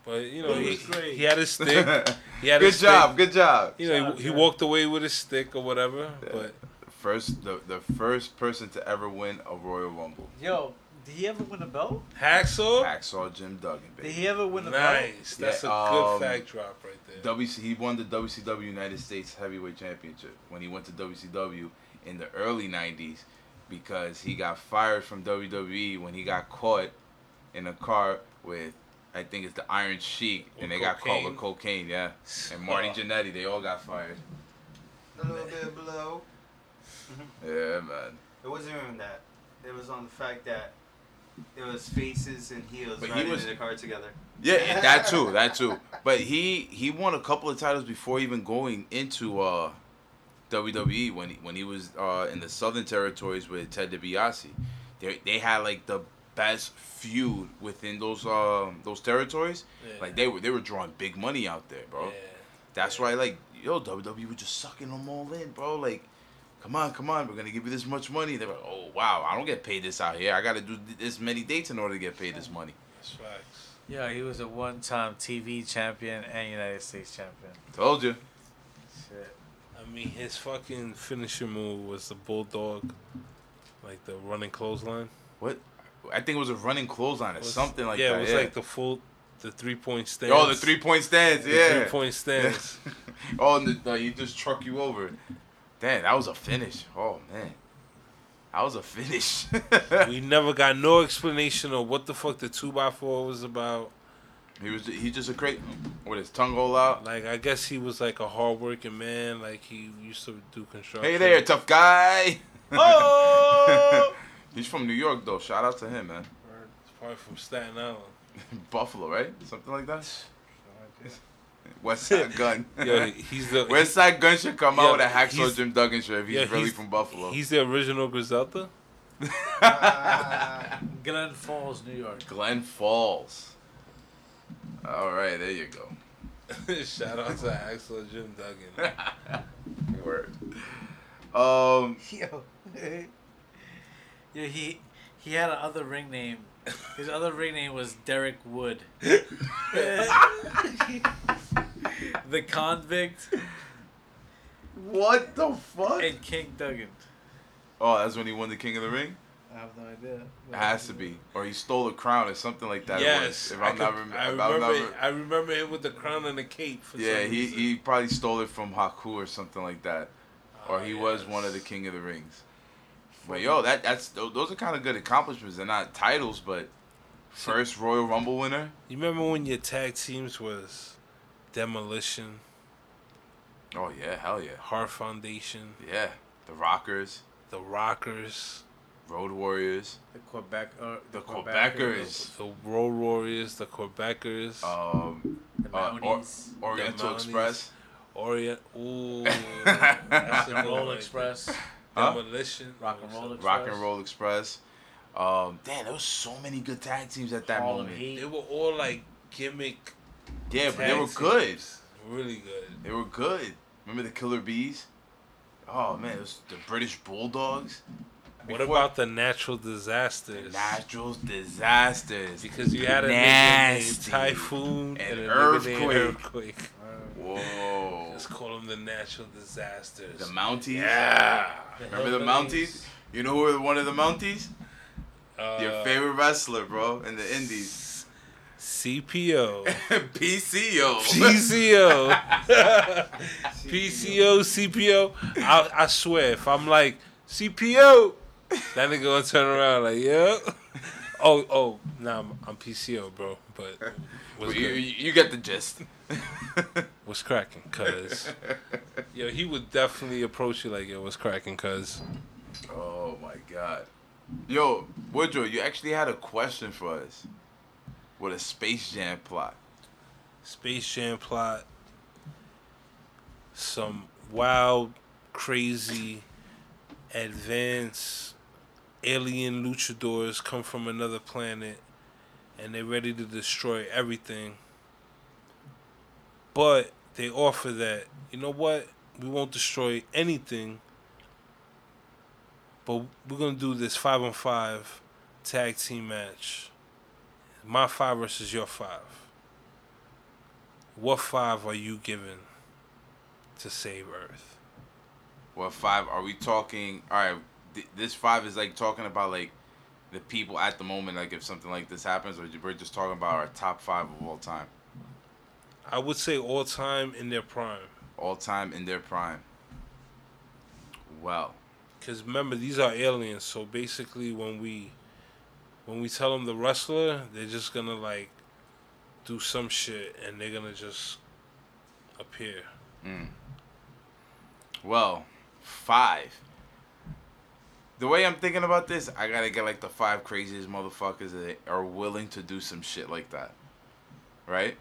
Speaker 5: But, you know,
Speaker 6: It
Speaker 5: he,
Speaker 6: was great.
Speaker 5: he had his stick. He had
Speaker 4: good
Speaker 5: his
Speaker 4: job,
Speaker 5: Stick.
Speaker 4: good job.
Speaker 5: You know, he, he walked away with his stick or whatever. But
Speaker 4: First, the the first person to ever win a Royal Rumble,
Speaker 6: yo, did he ever win a belt?
Speaker 5: Hacksaw?
Speaker 4: Hacksaw Jim Duggan,
Speaker 6: Did
Speaker 4: baby.
Speaker 6: he ever win a belt?
Speaker 5: Nice. That's
Speaker 4: Yeah,
Speaker 5: a good
Speaker 4: um,
Speaker 5: fact drop right there.
Speaker 4: WC, he won the WCW United States Heavyweight Championship when he went to WCW in the early '90s because he got fired from WWE when he got caught in a car with I think it's the Iron Sheik, and they got caught with cocaine, yeah. And Marty Jannetty, they all got fired.
Speaker 7: A little bit below.
Speaker 4: Yeah, man.
Speaker 7: It wasn't even that. It was on the fact that it was faces and heels
Speaker 4: But he
Speaker 7: riding
Speaker 4: was-
Speaker 7: in the car together.
Speaker 4: Yeah, yeah, that too, that too. But he he won a couple of titles before even going into uh, WWE when he, when he was uh, in the Southern Territories with Ted DiBiase. They they had like the best feud within those um those territories.
Speaker 5: Yeah.
Speaker 4: Like they were they were drawing big money out there, bro.
Speaker 5: Yeah.
Speaker 4: That's why like yo WWE was just sucking them all in, bro. Like. Come on, come on! We're gonna give you this much money. They were, oh wow! I don't get paid this out here. I gotta do th- this many dates in order to get paid this money.
Speaker 5: That's facts.
Speaker 6: Yeah, he was a one-time TV champion and United States champion.
Speaker 4: Told you.
Speaker 6: Shit.
Speaker 5: I mean, his fucking finishing move was the bulldog, like the running clothesline.
Speaker 4: What? I think it was a running clothesline or
Speaker 5: Was-
Speaker 4: something like
Speaker 5: yeah,
Speaker 4: that.
Speaker 5: it was
Speaker 4: yeah,
Speaker 5: like the full, the three point stance.
Speaker 4: Oh, the three point stands.
Speaker 5: the
Speaker 4: yeah.
Speaker 5: three point stance.
Speaker 4: oh, and the, the, he just truck you over. Damn, that was a finish. Oh man, that was a finish.
Speaker 5: we never got no explanation of what the fuck the two by four was about.
Speaker 4: he was he just a crate with his tongue all out.
Speaker 5: Like, I guess he was like a hard working man. Like he used to do construction.
Speaker 4: Hey there, tough guy.
Speaker 5: oh,
Speaker 4: He's from New York though. Shout out to him, man.
Speaker 5: It's probably from Staten Island.
Speaker 4: Buffalo, right? Something like that. West Side Gun.
Speaker 5: Yo, he's the
Speaker 4: West Side Gun should come
Speaker 5: Yo,
Speaker 4: out with a
Speaker 5: he's-
Speaker 4: Hacksaw Jim Duggan shirt if he's
Speaker 5: yeah,
Speaker 4: really
Speaker 5: he's-
Speaker 4: from Buffalo.
Speaker 5: He's the original Griselda.
Speaker 6: Glen Falls, New York.
Speaker 4: Glen Falls. All right, there you go.
Speaker 5: Shout out to Axel and Jim Duggan.
Speaker 4: Word. Um,
Speaker 6: Yo. yeah, he he had another ring name. His other ring name was Derek Wood. the convict
Speaker 4: what the fuck?
Speaker 6: and King Duggan.
Speaker 4: Oh, that's when he won the King of the Ring.
Speaker 6: I have no idea.
Speaker 4: It has to be, or he stole a crown or something like that. it
Speaker 5: yes,
Speaker 4: was, if
Speaker 5: I
Speaker 4: I'm not,
Speaker 5: could-
Speaker 4: rem-
Speaker 5: I
Speaker 4: if I'm
Speaker 5: remember.
Speaker 4: not re-
Speaker 5: I remember him with the crown and the cape. For
Speaker 4: yeah,
Speaker 5: some
Speaker 4: he,
Speaker 5: reason.
Speaker 4: he probably stole it from Haku or something like that, or
Speaker 5: Oh,
Speaker 4: he was
Speaker 5: yes.
Speaker 4: one of the King of the Rings. But yo, that that's tho- those are kind of good accomplishments. They're not titles, but first Royal Rumble winner.
Speaker 5: You remember when your tag teams was Demolition,
Speaker 4: Oh yeah, hell yeah,
Speaker 5: Heart Foundation,
Speaker 4: yeah. The Rockers,
Speaker 5: the Rockers,
Speaker 4: Road Warriors,
Speaker 6: The Quebec or
Speaker 4: the Quebecers,
Speaker 5: the Road Warriors, the Quebecers,
Speaker 4: um,
Speaker 6: the
Speaker 4: uh, or-
Speaker 6: Mounties,
Speaker 4: Oriental
Speaker 5: Mounties.
Speaker 4: Express.
Speaker 5: Orient. Ooh, that's a
Speaker 6: the
Speaker 5: good
Speaker 6: Roll
Speaker 5: one.
Speaker 6: Express,
Speaker 4: Huh?
Speaker 5: Demolition,
Speaker 6: Rock and Roll Express,
Speaker 4: Rock and Roll Express. Um, damn, there was so many good tag teams at that
Speaker 6: Harlem
Speaker 4: moment.
Speaker 6: Heat.
Speaker 5: They were all like gimmick.
Speaker 4: Yeah, but they
Speaker 5: tag
Speaker 4: were good.
Speaker 5: teams. Really good.
Speaker 4: They were good. Remember the Killer Bees? Oh man, it was the British Bulldogs.
Speaker 5: What
Speaker 4: Before-
Speaker 5: about the natural disasters?
Speaker 4: natural disasters?
Speaker 5: Because you had a
Speaker 4: Nasty.
Speaker 5: nigga named Typhoon
Speaker 4: And
Speaker 5: and, a nigga named
Speaker 4: Earthquake.
Speaker 5: earthquake.
Speaker 4: Whoa,
Speaker 5: Let's call them the natural disasters.
Speaker 4: the Mounties.
Speaker 5: yeah.
Speaker 4: Remember the Mounties? You know who were one of the Mounties?
Speaker 5: Uh,
Speaker 4: Your favorite wrestler, bro, in the Indies.
Speaker 5: CPO.
Speaker 4: PCO.
Speaker 5: PCO. PCO, CPO. I, I swear, if I'm like, CPO, that nigga gonna turn around like, yeah. Oh, oh, nah, I'm, I'm PCO, bro. But what's,
Speaker 4: You,
Speaker 5: good?
Speaker 4: you get the gist.
Speaker 5: what's cracking, cuz? Yo, he would definitely approach you like, yo, what's cracking, cuz?
Speaker 4: Oh my god. Yo, Woodrow, you actually had a question for us with a Space Jam plot.
Speaker 5: Space Jam plot. Some wild, crazy, advanced alien luchadors come from another planet and they're ready to destroy everything. But they offer that, you know what? We won't destroy anything, but we're going to do this five on five tag team match. My five versus your five. What five are you given to save Earth?
Speaker 4: Well, five. Are we talking? All right, th- this five is like talking about like the people at the moment. Like if something like this happens, or we're just talking about our top five of all time,
Speaker 5: I would say all time in their prime.
Speaker 4: all time in their prime. Well,
Speaker 5: Because remember, these are aliens. So basically, when we when we tell them the wrestler, they're just gonna like do some shit, and they're gonna just appear.
Speaker 4: well, five. The way I'm thinking about this, I gotta get like the five craziest motherfuckers that are willing to do some shit like that, right?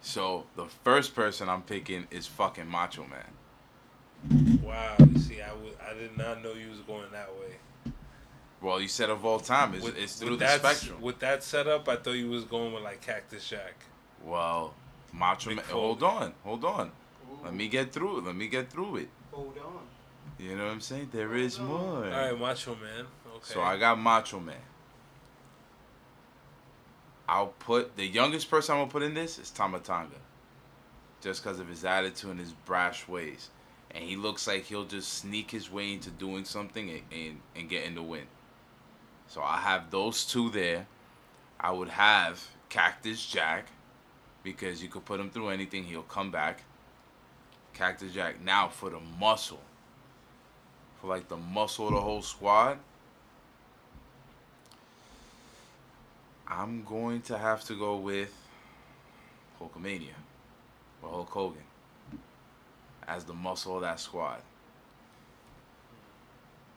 Speaker 4: So the first person I'm picking is fucking Macho Man.
Speaker 5: Wow. You see, I would I did not know you was going that way.
Speaker 4: Well, you said of all time, it's,
Speaker 5: With-
Speaker 4: it's
Speaker 5: with
Speaker 4: through the
Speaker 5: that-
Speaker 4: spectrum.
Speaker 5: With that setup, I thought you was going with like Cactus Jack.
Speaker 4: Well, Macho
Speaker 5: Mick
Speaker 4: Man.
Speaker 5: Foley.
Speaker 4: Hold on, hold on. Let me get through it. Let me get through it.
Speaker 7: Hold on.
Speaker 4: You know what I'm saying? There is more.
Speaker 5: All right, Macho Man. Okay.
Speaker 4: So I got Macho Man. I'll put the youngest person I'm gonna put in this is Tamatanga, just because of his attitude and his brash ways, and he looks like he'll just sneak his way into doing something and and, and getting the win. So I have those two there. I would have Cactus Jack, because you could put him through anything, he'll come back. Cactus Jack. Now for the muscle, for like the muscle of the whole squad. I'm going to have to go with Hulkamania or Hulk Hogan as the muscle of that squad.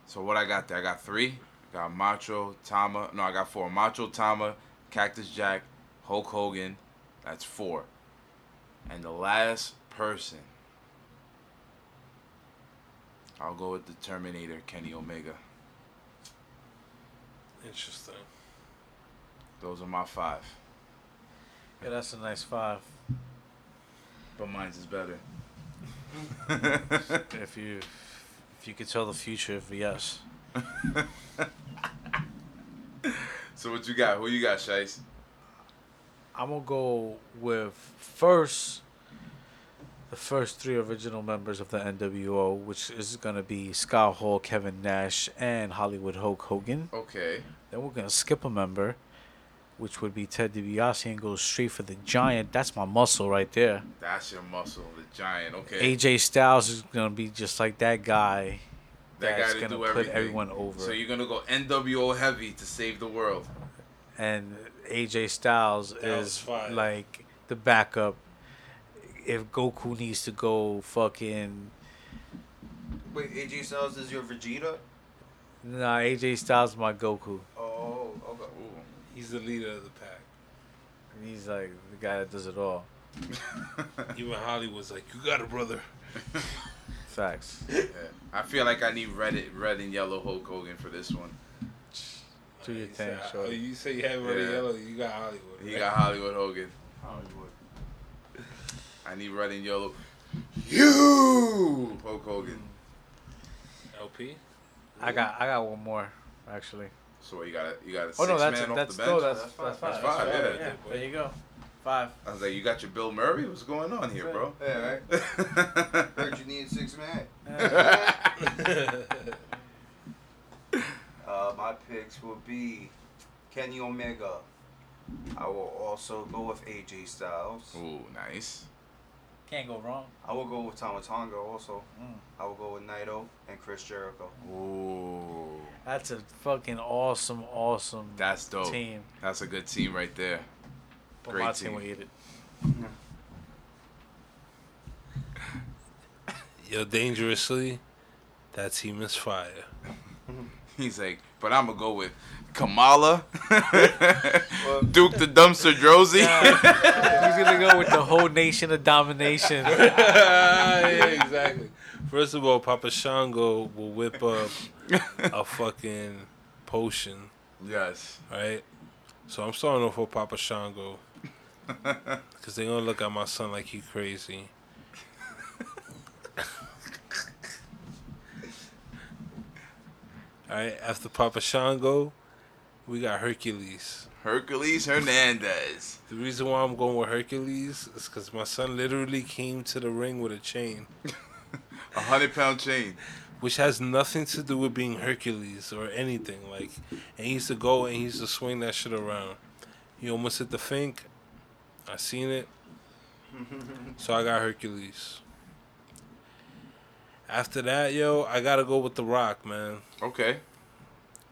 Speaker 4: So what I got there? I got three. I got Macho, Tama. No, I got four. Macho, Tama, Cactus Jack, Hulk Hogan. That's four. And the last person, I'll go with the Terminator, Kenny Omega.
Speaker 5: Interesting.
Speaker 4: Those are my five,
Speaker 6: Yeah, that's a nice five.
Speaker 4: but mine's is better.
Speaker 6: If you if you could tell the future, if yes.
Speaker 4: so what you got? Who you got, Shice?
Speaker 6: I'm gonna go with first the first three original members of the NWO, which is gonna be Scott Hall, Kevin Nash, and Hollywood Hulk Hogan.
Speaker 4: Okay.
Speaker 6: Then we're gonna skip a member, which would be Ted DiBiase, and go straight for the Giant. That's my muscle right there.
Speaker 4: That's your muscle, the giant. Okay.
Speaker 6: AJ Styles is gonna be just like that guy.
Speaker 4: that
Speaker 6: that's
Speaker 4: guy to
Speaker 6: gonna
Speaker 4: do
Speaker 6: put
Speaker 4: everything.
Speaker 6: everyone over.
Speaker 4: So you're gonna go NWO heavy to save the world.
Speaker 6: and AJ Styles
Speaker 5: was
Speaker 6: is
Speaker 5: fire.
Speaker 6: like the backup. If Goku needs to go fucking
Speaker 7: Wait, AJ Styles is your Vegeta?
Speaker 6: nah, AJ Styles my Goku.
Speaker 7: Oh, okay.
Speaker 4: Ooh.
Speaker 5: He's the leader of the pack.
Speaker 6: And He's like the guy that does it all.
Speaker 5: Even Hollywood's like, you got it, brother.
Speaker 6: Facts.
Speaker 4: Yeah. I feel like I need red, red and yellow Hulk Hogan for this one.
Speaker 6: Do your
Speaker 5: You
Speaker 6: thing,
Speaker 5: say, oh,
Speaker 6: shorty.
Speaker 5: you say you have red
Speaker 4: Yeah.
Speaker 5: and yellow. You got Hollywood.
Speaker 4: He
Speaker 5: right?
Speaker 4: got Hollywood Hogan.
Speaker 7: Hollywood.
Speaker 4: I need red and yellow. You Hulk Hogan.
Speaker 5: LP.
Speaker 6: I got I got one more actually.
Speaker 4: So what, you got a you got a six
Speaker 6: Oh no, that's
Speaker 4: man off
Speaker 6: that's
Speaker 4: the bench.
Speaker 6: no, that's
Speaker 7: That's
Speaker 6: that's
Speaker 7: five.
Speaker 4: That's five,
Speaker 6: five.
Speaker 4: yeah.
Speaker 6: Yeah, there you go. Five.
Speaker 4: I was like, you got your Bill Murray. What's going on here, bro?
Speaker 7: Yeah, right. Heard you need six man. Uh, my picks will be Kenny Omega. I will also go with AJ Styles.
Speaker 4: Ooh, nice.
Speaker 6: Can't go wrong.
Speaker 7: I will go with Tama Tonga also.
Speaker 6: Mm.
Speaker 7: I will go with Naito and Chris Jericho.
Speaker 4: Ooh,
Speaker 6: That's a fucking awesome, awesome
Speaker 4: that's dope.
Speaker 6: team.
Speaker 4: That's a good team right there.
Speaker 6: But
Speaker 4: Great
Speaker 6: my team
Speaker 4: team.
Speaker 6: will eat it.
Speaker 5: Yo, dangerously, that team is fire.
Speaker 4: He's like, but I'm gonna go with Kamala, Duke the Dumpster Drozy.
Speaker 6: He's gonna go with the whole nation of domination.
Speaker 5: yeah, exactly. First of all, Papa Shango will whip up a fucking potion,
Speaker 4: yes.
Speaker 5: right? So I'm starting off with Papa Shango. Because they're going to look at my son like he crazy. Alright, after Papa Shango, we got Hercules.
Speaker 4: Hercules Hernandez.
Speaker 5: The reason why I'm going with Hercules is because my son literally came to the ring with a chain,
Speaker 4: A hundred pound chain.
Speaker 5: which has nothing to do with being Hercules or anything. Like, and he used to go and he used to swing that shit around. He almost hit the fink. I seen it. so I got Hercules. After that, yo, I gotta go with The Rock, man.
Speaker 4: Okay.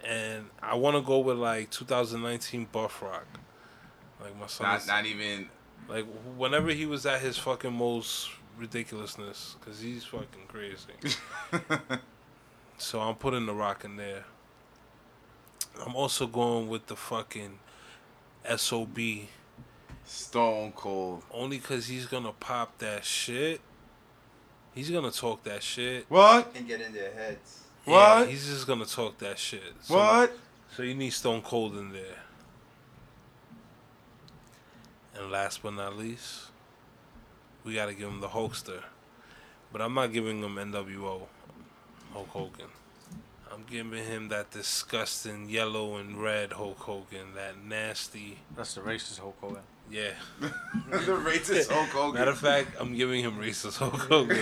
Speaker 5: And I wanna go with like 2019 Buff Rock. Like my son.
Speaker 4: Not not even
Speaker 5: Like whenever he was at his fucking most ridiculousness, because he's fucking crazy. so I'm putting the rock in there. I'm also going with the fucking sob
Speaker 4: Stone Cold.
Speaker 5: only because he's gonna pop that shit. He's gonna talk that shit.
Speaker 4: What?
Speaker 7: And get in their heads.
Speaker 5: Yeah,
Speaker 4: What?
Speaker 5: he's just gonna talk that shit. So,
Speaker 4: What?
Speaker 5: So you need Stone Cold in there. And last but not least, we gotta give him the Hulkster. But I'm not giving him NWO, Hulk Hogan. I'm giving him that disgusting yellow and red Hulk Hogan, that nasty.
Speaker 6: That's the racist Hulk Hogan.
Speaker 5: Yeah.
Speaker 4: the racist Hulk Hogan.
Speaker 5: Matter of fact, I'm giving him racist Hulk Hogan.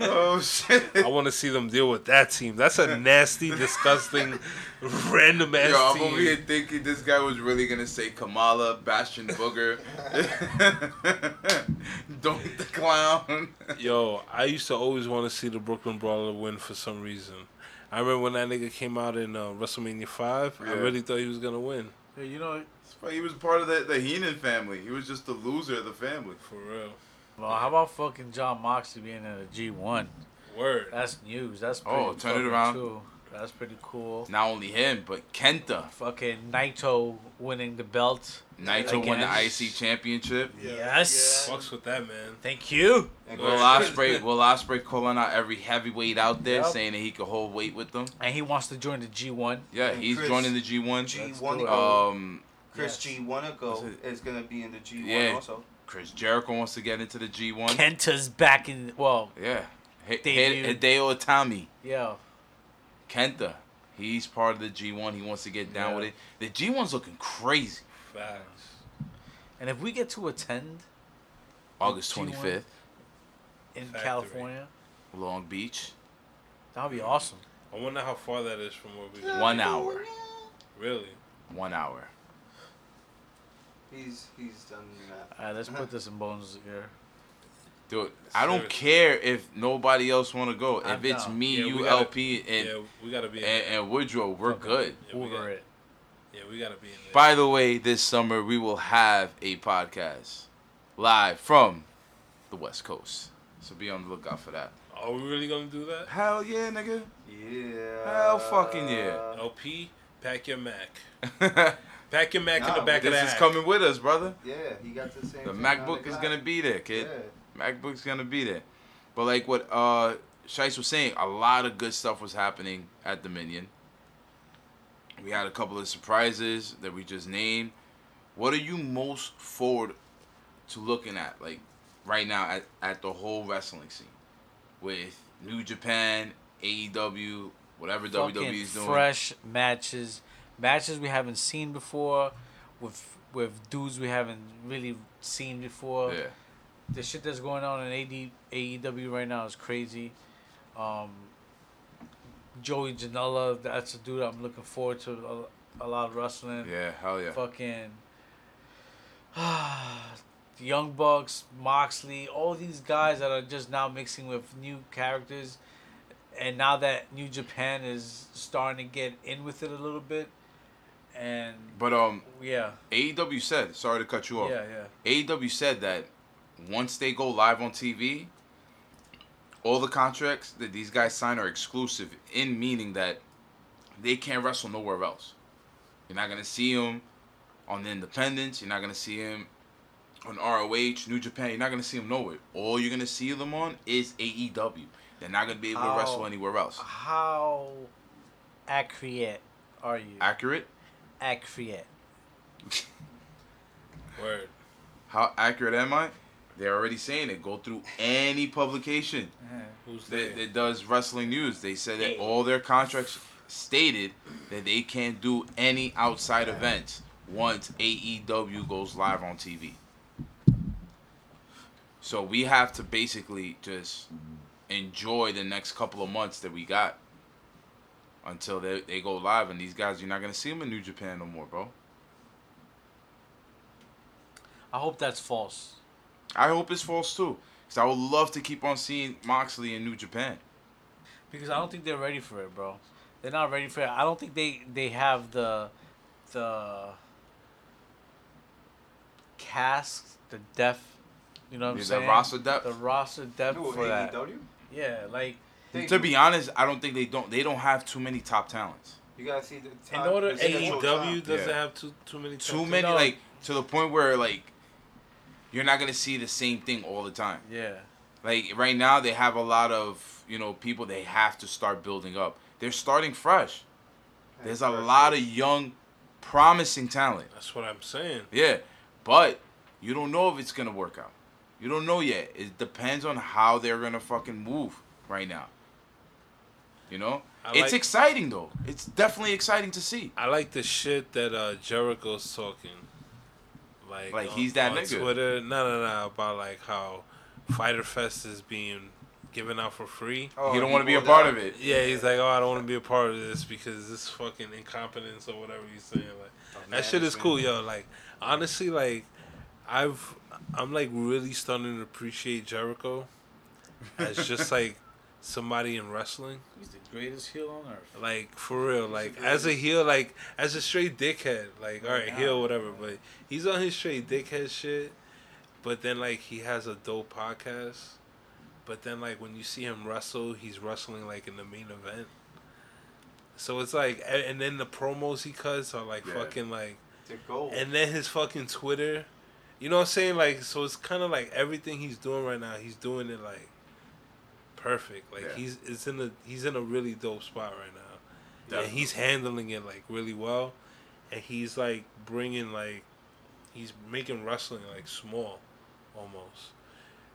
Speaker 4: oh shit.
Speaker 5: I want to see them deal with that team. That's a nasty, disgusting, random ass
Speaker 4: Yo, I'm
Speaker 5: team.
Speaker 4: over here thinking this guy was really gonna say Kamala, Bastion Booger, Don't the Clown.
Speaker 5: Yo, I used to always want to see the Brooklyn Brawler win for some reason. I remember when that nigga came out in uh, WrestleMania 5, I
Speaker 4: Yeah.
Speaker 5: really thought he was going to win.
Speaker 6: Yeah, you know,
Speaker 4: But he was part of the, the Heenan family. He was just the loser of the family.
Speaker 5: For real.
Speaker 6: well, how about fucking John Moxley being in a G one?
Speaker 5: Word.
Speaker 6: That's news. That's
Speaker 4: Oh,
Speaker 6: pretty
Speaker 4: turn it
Speaker 6: fucking
Speaker 4: around.
Speaker 6: cool. That's pretty cool.
Speaker 4: Not only him, but Kenta.
Speaker 6: Fucking Naito winning the belt.
Speaker 4: Naito won the
Speaker 6: Again.
Speaker 4: IC championship.
Speaker 6: Yes.
Speaker 5: Fucks with that, man.
Speaker 6: Thank you.
Speaker 7: And
Speaker 4: Will Ospreay, Will Ospreay calling out every heavyweight out there,
Speaker 6: Yep.
Speaker 4: saying that he could hold weight with them.
Speaker 6: And he wants to join the G1.
Speaker 4: Yeah,
Speaker 7: And
Speaker 4: he's
Speaker 7: Chris-
Speaker 4: joining the G1.
Speaker 7: G1 go.
Speaker 4: Um,
Speaker 7: Chris
Speaker 6: Yes.
Speaker 7: G Wanago
Speaker 4: Is it-
Speaker 7: is gonna be in the G1
Speaker 4: Yeah.
Speaker 7: also.
Speaker 4: Chris Jericho wants to get into the G1.
Speaker 6: Kenta's back in. Well,
Speaker 4: yeah. H-
Speaker 6: Debut.
Speaker 4: Hideo Itami.
Speaker 6: yeah.
Speaker 4: Kenta. He's part of the G1. He wants to get down
Speaker 6: Yeah.
Speaker 4: with it. The G1's looking crazy.
Speaker 5: Facts.
Speaker 6: And if we get to attend
Speaker 4: August
Speaker 6: G1?
Speaker 4: 25th,
Speaker 6: in
Speaker 5: Factory.
Speaker 6: California,
Speaker 4: Long Beach.
Speaker 6: that would be awesome.
Speaker 5: I wonder how far that is from where we
Speaker 4: One hour.
Speaker 5: Really?
Speaker 4: One hour.
Speaker 7: He's he's done that.
Speaker 6: All right, let's put this in Bones' ear.
Speaker 4: Dude, I don't
Speaker 5: Seriously.
Speaker 4: care if nobody else want to go. If
Speaker 6: I'm
Speaker 4: it's
Speaker 6: down.
Speaker 4: me,
Speaker 5: Yeah, we
Speaker 4: you,
Speaker 5: gotta-
Speaker 4: LP, and,
Speaker 5: yeah, we gotta be. In,
Speaker 4: and, and Woodrow, we're good.
Speaker 5: yeah, we
Speaker 6: Over
Speaker 5: gotta,
Speaker 6: it.
Speaker 5: yeah, we gotta be in there.
Speaker 4: By the way, this summer we will have a podcast live from the West Coast. So be on the lookout for that.
Speaker 5: Are we really gonna do that?
Speaker 4: Hell yeah, nigga.
Speaker 7: Yeah.
Speaker 4: Hell fucking yeah.
Speaker 5: LP, pack your Mac. Pack your Mac in
Speaker 7: Nah,
Speaker 5: the back of
Speaker 4: this
Speaker 5: that.
Speaker 4: is coming with us, brother.
Speaker 7: Yeah, he got the same.
Speaker 4: The
Speaker 7: thing on
Speaker 4: MacBook
Speaker 7: the
Speaker 4: is
Speaker 7: clock.
Speaker 4: gonna be there, kid.
Speaker 7: Yeah.
Speaker 4: MacBook's gonna be there. But like what uh Shice was saying, a lot of good stuff was happening at Dominion. We had a couple of surprises that we just named. What are you most forward to looking at, like right now at, at the whole wrestling scene? With New Japan, AEW, whatever
Speaker 6: Fucking
Speaker 4: WWE is doing.
Speaker 6: fresh matches, matches we haven't seen before, with with dudes we haven't really seen before.
Speaker 4: Yeah.
Speaker 6: the shit that's going on in AD, AEW E right now is crazy. Um, Joey Janela, that's a dude I'm looking forward to a, a lot of wrestling.
Speaker 4: Yeah, hell yeah.
Speaker 6: Fucking the Young Bucks, Moxley, all these guys that are just now mixing with new characters. And now that New Japan is starting to get in with it a little bit. And
Speaker 4: But um
Speaker 6: yeah,
Speaker 4: AEW said, sorry to cut you off.
Speaker 6: yeah, yeah.
Speaker 4: AEW E said that once they go live on TV, all the contracts that these guys sign are exclusive, in meaning that they can't wrestle nowhere else. You're not gonna see them on the Independents. You're not gonna see them on ROH, New Japan. You're not gonna see them nowhere. All you're gonna see them on is AEW. They're not gonna be able
Speaker 6: How-
Speaker 4: to wrestle anywhere else.
Speaker 6: How accurate are you?
Speaker 4: Accurate?
Speaker 6: accurate.
Speaker 5: Word.
Speaker 4: How accurate am I? They're already saying it. Go through any publication.
Speaker 5: Who's there?
Speaker 4: that, that does wrestling news. They said that
Speaker 6: Yeah.
Speaker 4: all their contracts stated that they can't do any outside events once AEW goes live on TV. So we have to basically just enjoy the next couple of months that we got until they, they go live. And these guys, you're not going to see them in New Japan no more, bro.
Speaker 6: I hope that's false.
Speaker 4: I hope it's false too. Because I would love to keep on seeing Moxley in New Japan.
Speaker 6: Because I don't think they're ready for it, bro. They're not ready for it. I don't think they, they have the the cast, the depth. You know what I'm
Speaker 4: The
Speaker 6: saying?
Speaker 4: roster depth?
Speaker 6: The roster depth
Speaker 7: Who, E
Speaker 6: for that.
Speaker 7: AEW?
Speaker 6: Yeah, like
Speaker 7: They-
Speaker 4: To be honest, I don't think they don't. They don't have too many top talents.
Speaker 7: you gotta see the Oh,
Speaker 5: in
Speaker 7: time.
Speaker 5: order,
Speaker 7: the
Speaker 4: E
Speaker 7: schedule
Speaker 5: AEW
Speaker 7: time.
Speaker 5: E doesn't
Speaker 4: Yeah.
Speaker 5: have too too many.
Speaker 4: too
Speaker 5: top-
Speaker 4: many
Speaker 6: No.
Speaker 4: like to the point where like you're not gonna see the same thing all the time.
Speaker 6: yeah.
Speaker 4: Like right now they have a lot of you know people they have to start building up. They're starting fresh. There's a lot of young, promising talent.
Speaker 5: That's what I'm saying.
Speaker 4: Yeah, but you don't know if it's gonna work out. You don't know yet. It depends on how they're gonna fucking move right now. You know,
Speaker 5: I
Speaker 4: it's
Speaker 5: like-
Speaker 4: exciting though. It's definitely exciting to see.
Speaker 5: I like the shit that uh, Jericho's talking. Like,
Speaker 4: Like,
Speaker 5: on-
Speaker 4: he's that
Speaker 5: on
Speaker 4: nigga.
Speaker 5: Twitter, no, no, no, about like how Fighter Fest is being given out for free.
Speaker 7: Oh,
Speaker 4: you don't
Speaker 7: he
Speaker 4: want to be a
Speaker 7: pulled
Speaker 4: part
Speaker 7: out.
Speaker 4: of it.
Speaker 5: Yeah, he's like, oh, I don't want to be a part of this because this fucking incompetence or whatever he's saying. Like,
Speaker 4: Oh,
Speaker 5: that shit is cool, yo. Like, honestly, like, I've, I'm like really starting to appreciate Jericho as just like somebody in wrestling.
Speaker 6: He's the greatest heel on earth.
Speaker 5: Like for real, like as a heel, like as a straight dickhead, like all right,
Speaker 6: Yeah.
Speaker 5: heel, whatever. But he's on his straight dickhead shit. But then like he has a dope podcast. But then like when you see him wrestle, he's wrestling like in the main event. So it's like, and, and then the promos he cuts are like
Speaker 4: Yeah.
Speaker 5: fucking like,
Speaker 7: To gold.
Speaker 5: and then his fucking Twitter, you know what I'm saying? Like, so it's kind of like everything he's doing right now, he's doing it like perfect. Like
Speaker 4: Yeah.
Speaker 5: he's it's in a he's in a really dope spot right now, and
Speaker 4: Definitely.
Speaker 5: he's handling it like really well, and he's like bringing like he's making wrestling like small, almost,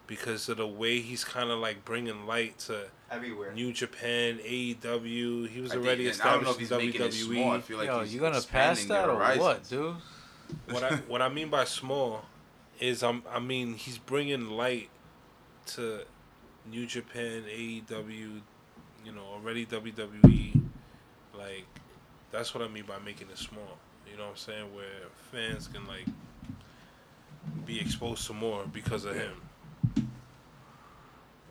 Speaker 5: because of the way he's kind of like bringing light to.
Speaker 7: everywhere.
Speaker 5: New Japan, AEW. He was
Speaker 4: I think-
Speaker 5: already
Speaker 4: and I don't know if
Speaker 5: established
Speaker 4: he's
Speaker 5: in E.
Speaker 4: making it small. I
Speaker 5: WWE.
Speaker 4: feel like
Speaker 6: Yo,
Speaker 4: he's
Speaker 6: you gonna pass
Speaker 4: expanding
Speaker 6: that
Speaker 4: their
Speaker 6: or what,
Speaker 4: horizons.
Speaker 6: dude?
Speaker 5: What I what I mean by small is I'm I mean he's bringing light to New Japan, AEW, you know already WWE. Like that's what I mean by making it small. You know what I'm saying? Where fans can like be exposed to more because of him.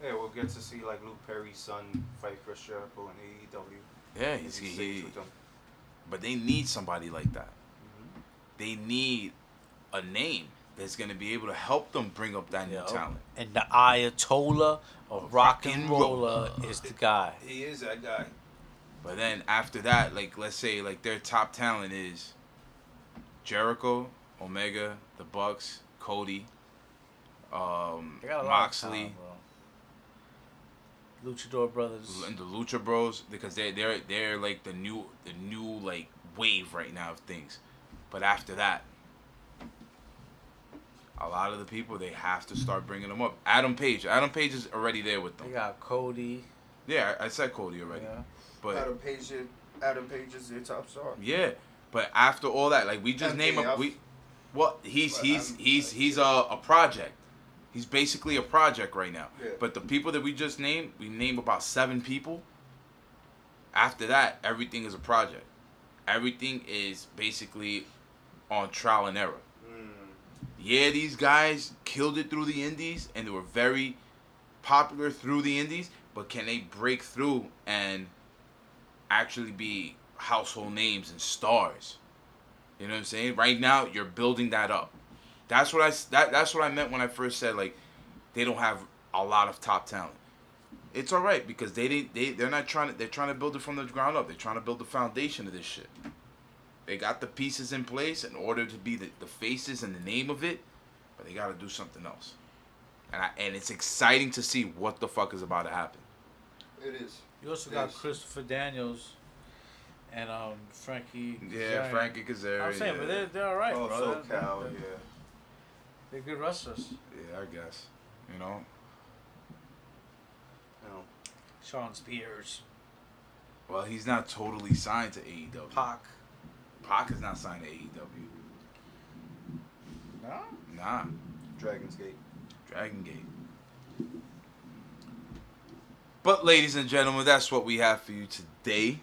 Speaker 7: Yeah, we'll get to see like Luke Perry's son fight Chris Jericho in AEW.
Speaker 4: Yeah, he's, he,
Speaker 7: He's six
Speaker 4: he-
Speaker 7: with them.
Speaker 4: but they need somebody like that. Mm-hmm. They need a name that's gonna be able to help them bring up that
Speaker 6: Yo.
Speaker 4: new talent.
Speaker 6: And the Ayatollah of rock and
Speaker 4: and roll.
Speaker 6: roller is the guy.
Speaker 7: He is that guy.
Speaker 4: But then after that, like let's say like their top talent is Jericho, Omega, the Bucks, Cody, um,
Speaker 6: They got a lot of
Speaker 4: Moxley,
Speaker 6: talent, bro. Luchador Brothers.
Speaker 4: and the Lucha Bros because they they're they're like the new the new like wave right now of things. But after that, a lot of the people they have to start bringing them up. Adam Page, Adam Page is already there with
Speaker 6: They
Speaker 4: them.
Speaker 6: got Cody.
Speaker 4: Yeah, I, I said Cody already,
Speaker 6: Yeah.
Speaker 4: but
Speaker 7: Adam Page. Adam Page is their top star.
Speaker 4: Yeah, but after all that, like we just
Speaker 7: Okay,
Speaker 4: name
Speaker 7: I'll-
Speaker 4: up we, well he's
Speaker 7: Well,
Speaker 4: he's
Speaker 7: I'm-
Speaker 4: he's he's a, a project. He's basically a project right now.
Speaker 7: Yeah.
Speaker 4: But the people that we just named, we name about seven people. After that, everything is a project. Everything is basically on trial and error. Yeah, these guys killed it through the indies and they were very popular through the indies, but can they break through and actually be household names and stars? You know what I'm saying? Right now, you're building that up. That's what I s- that, that's what I meant when I first said like they don't have a lot of top talent. It's all right because they didn't they they're not trying to they're trying to build it from the ground up. They're trying to build the foundation of this shit. They got the pieces in place in order to be the, the faces and the name of it, but they got to do something else. And I, and it's exciting to see what the fuck is about to happen.
Speaker 7: It is.
Speaker 6: You also got
Speaker 7: Yes.
Speaker 6: Christopher Daniels and um Frankie. Kazarian.
Speaker 4: Kazarian.
Speaker 6: I'm saying, but they're, they're all right,
Speaker 7: Oh,
Speaker 6: bro. They're- they're-
Speaker 7: SoCal.
Speaker 6: they're,
Speaker 7: Yeah.
Speaker 6: they're good wrestlers.
Speaker 4: yeah, I guess. You know,
Speaker 7: No.
Speaker 6: Sean Spears,
Speaker 4: well, he's not totally signed to AEW. Pac,
Speaker 6: Pac.
Speaker 4: is not signed to E AEW.
Speaker 6: No.
Speaker 4: Nah,
Speaker 7: Dragon's Gate.
Speaker 4: Dragon Gate. But ladies and gentlemen, that's what we have for you today.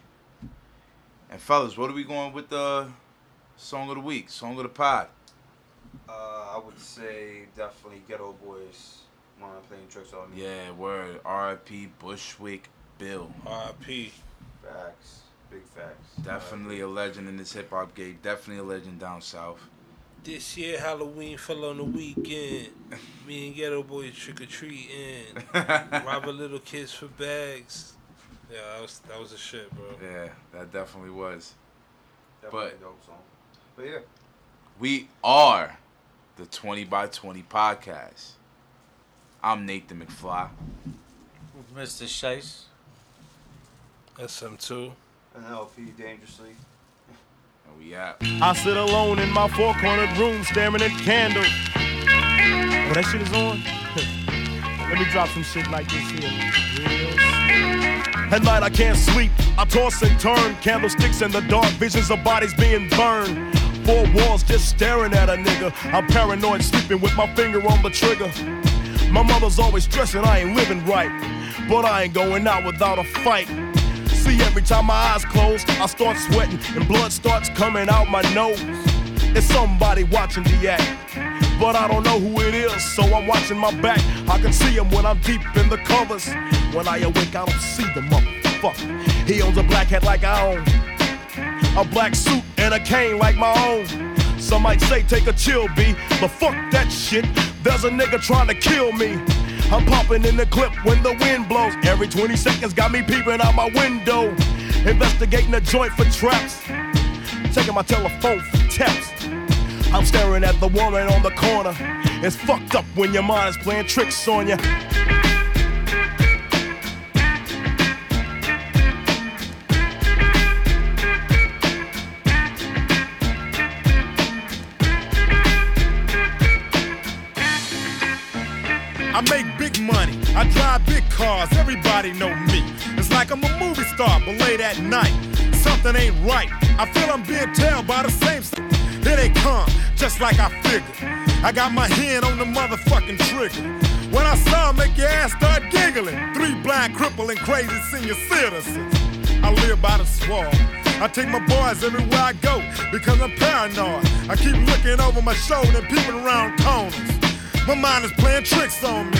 Speaker 4: And fellas, what are we going with the song of the week, song of the pod?
Speaker 7: Uh, I would say definitely Ghetto Boys. When I'm playing tricks on me.
Speaker 4: Yeah, word. R.I.P. Bushwick Bill.
Speaker 5: R.I.P.
Speaker 7: Facts. Big facts.
Speaker 4: Definitely a legend in this hip hop game. Definitely a legend down south.
Speaker 5: This year Halloween fell on the weekend. Me and Ghetto Boys trick or treating. robbing little kids for bags. Yeah, that was that was a shit, bro.
Speaker 4: Yeah, that definitely was.
Speaker 7: Uh, definitely
Speaker 4: but-
Speaker 7: dope song. But yeah.
Speaker 4: We are the 20 by 20 podcast. I'm Nathan McFly.
Speaker 6: With Mr. Scheiss.
Speaker 5: SM2.
Speaker 7: And LP Dangerously.
Speaker 4: And we out.
Speaker 8: I sit alone in my four cornered room staring at candles. Oh, that shit is on? Let me drop some shit like this here. Real slow. At night I can't sleep. I toss and turn. Candlesticks in the dark. Visions of bodies being burned. Four walls just staring at a nigga. I'm paranoid, sleeping with my finger on the trigger. My mother's always stressing I ain't living right. But I ain't going out without a fight. See, every time my eyes close, I start sweating and blood starts coming out my nose. It's somebody watching the act, but I don't know who it is, so I'm watching my back. I can see him when I'm deep in the covers. When I awake, I don't see the motherfucker. He owns a black hat like I own a black suit and a cane like my own. Some might say take a chill, B, but fuck that shit. There's a nigga trying to kill me. I'm popping in the clip when the wind blows. Every 20 seconds got me peeping out my window. Investigating a joint for traps. Checking my telephone for texts. I'm staring at the woman on the corner. It's fucked up when your mind's playing tricks on you.
Speaker 9: I make big money, I drive big cars, everybody know me. It's like I'm a movie star, but late at night, something ain't right. I feel I'm being tailed by the same s- Here they come, just like I figured. I got my hand on the motherfucking trigger. When I saw 'em, make your ass start giggling. Three blind, crippling, crazy senior citizens. I live by the swamp. I take my boys everywhere I go because I'm paranoid. I keep looking over my shoulder and peeping around corners. My mind is playing tricks on me.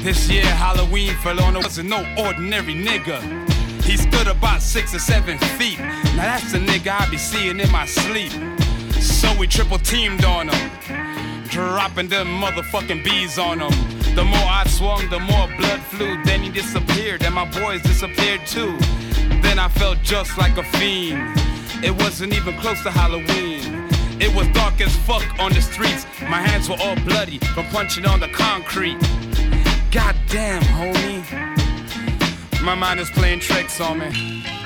Speaker 10: This year Halloween fell on us and no ordinary nigga. He stood about six or seven feet. Now that's the nigga I be seeing in my sleep. So we triple teamed on him, dropping them motherfucking bees on him. The more I swung, the more blood flew. Then he disappeared, and my boys disappeared too. Then I felt just like a fiend. It wasn't even close to Halloween. It was dark as fuck on the streets. My hands were all bloody from punching on the concrete. Goddamn, homie. My mind is playing tricks on me.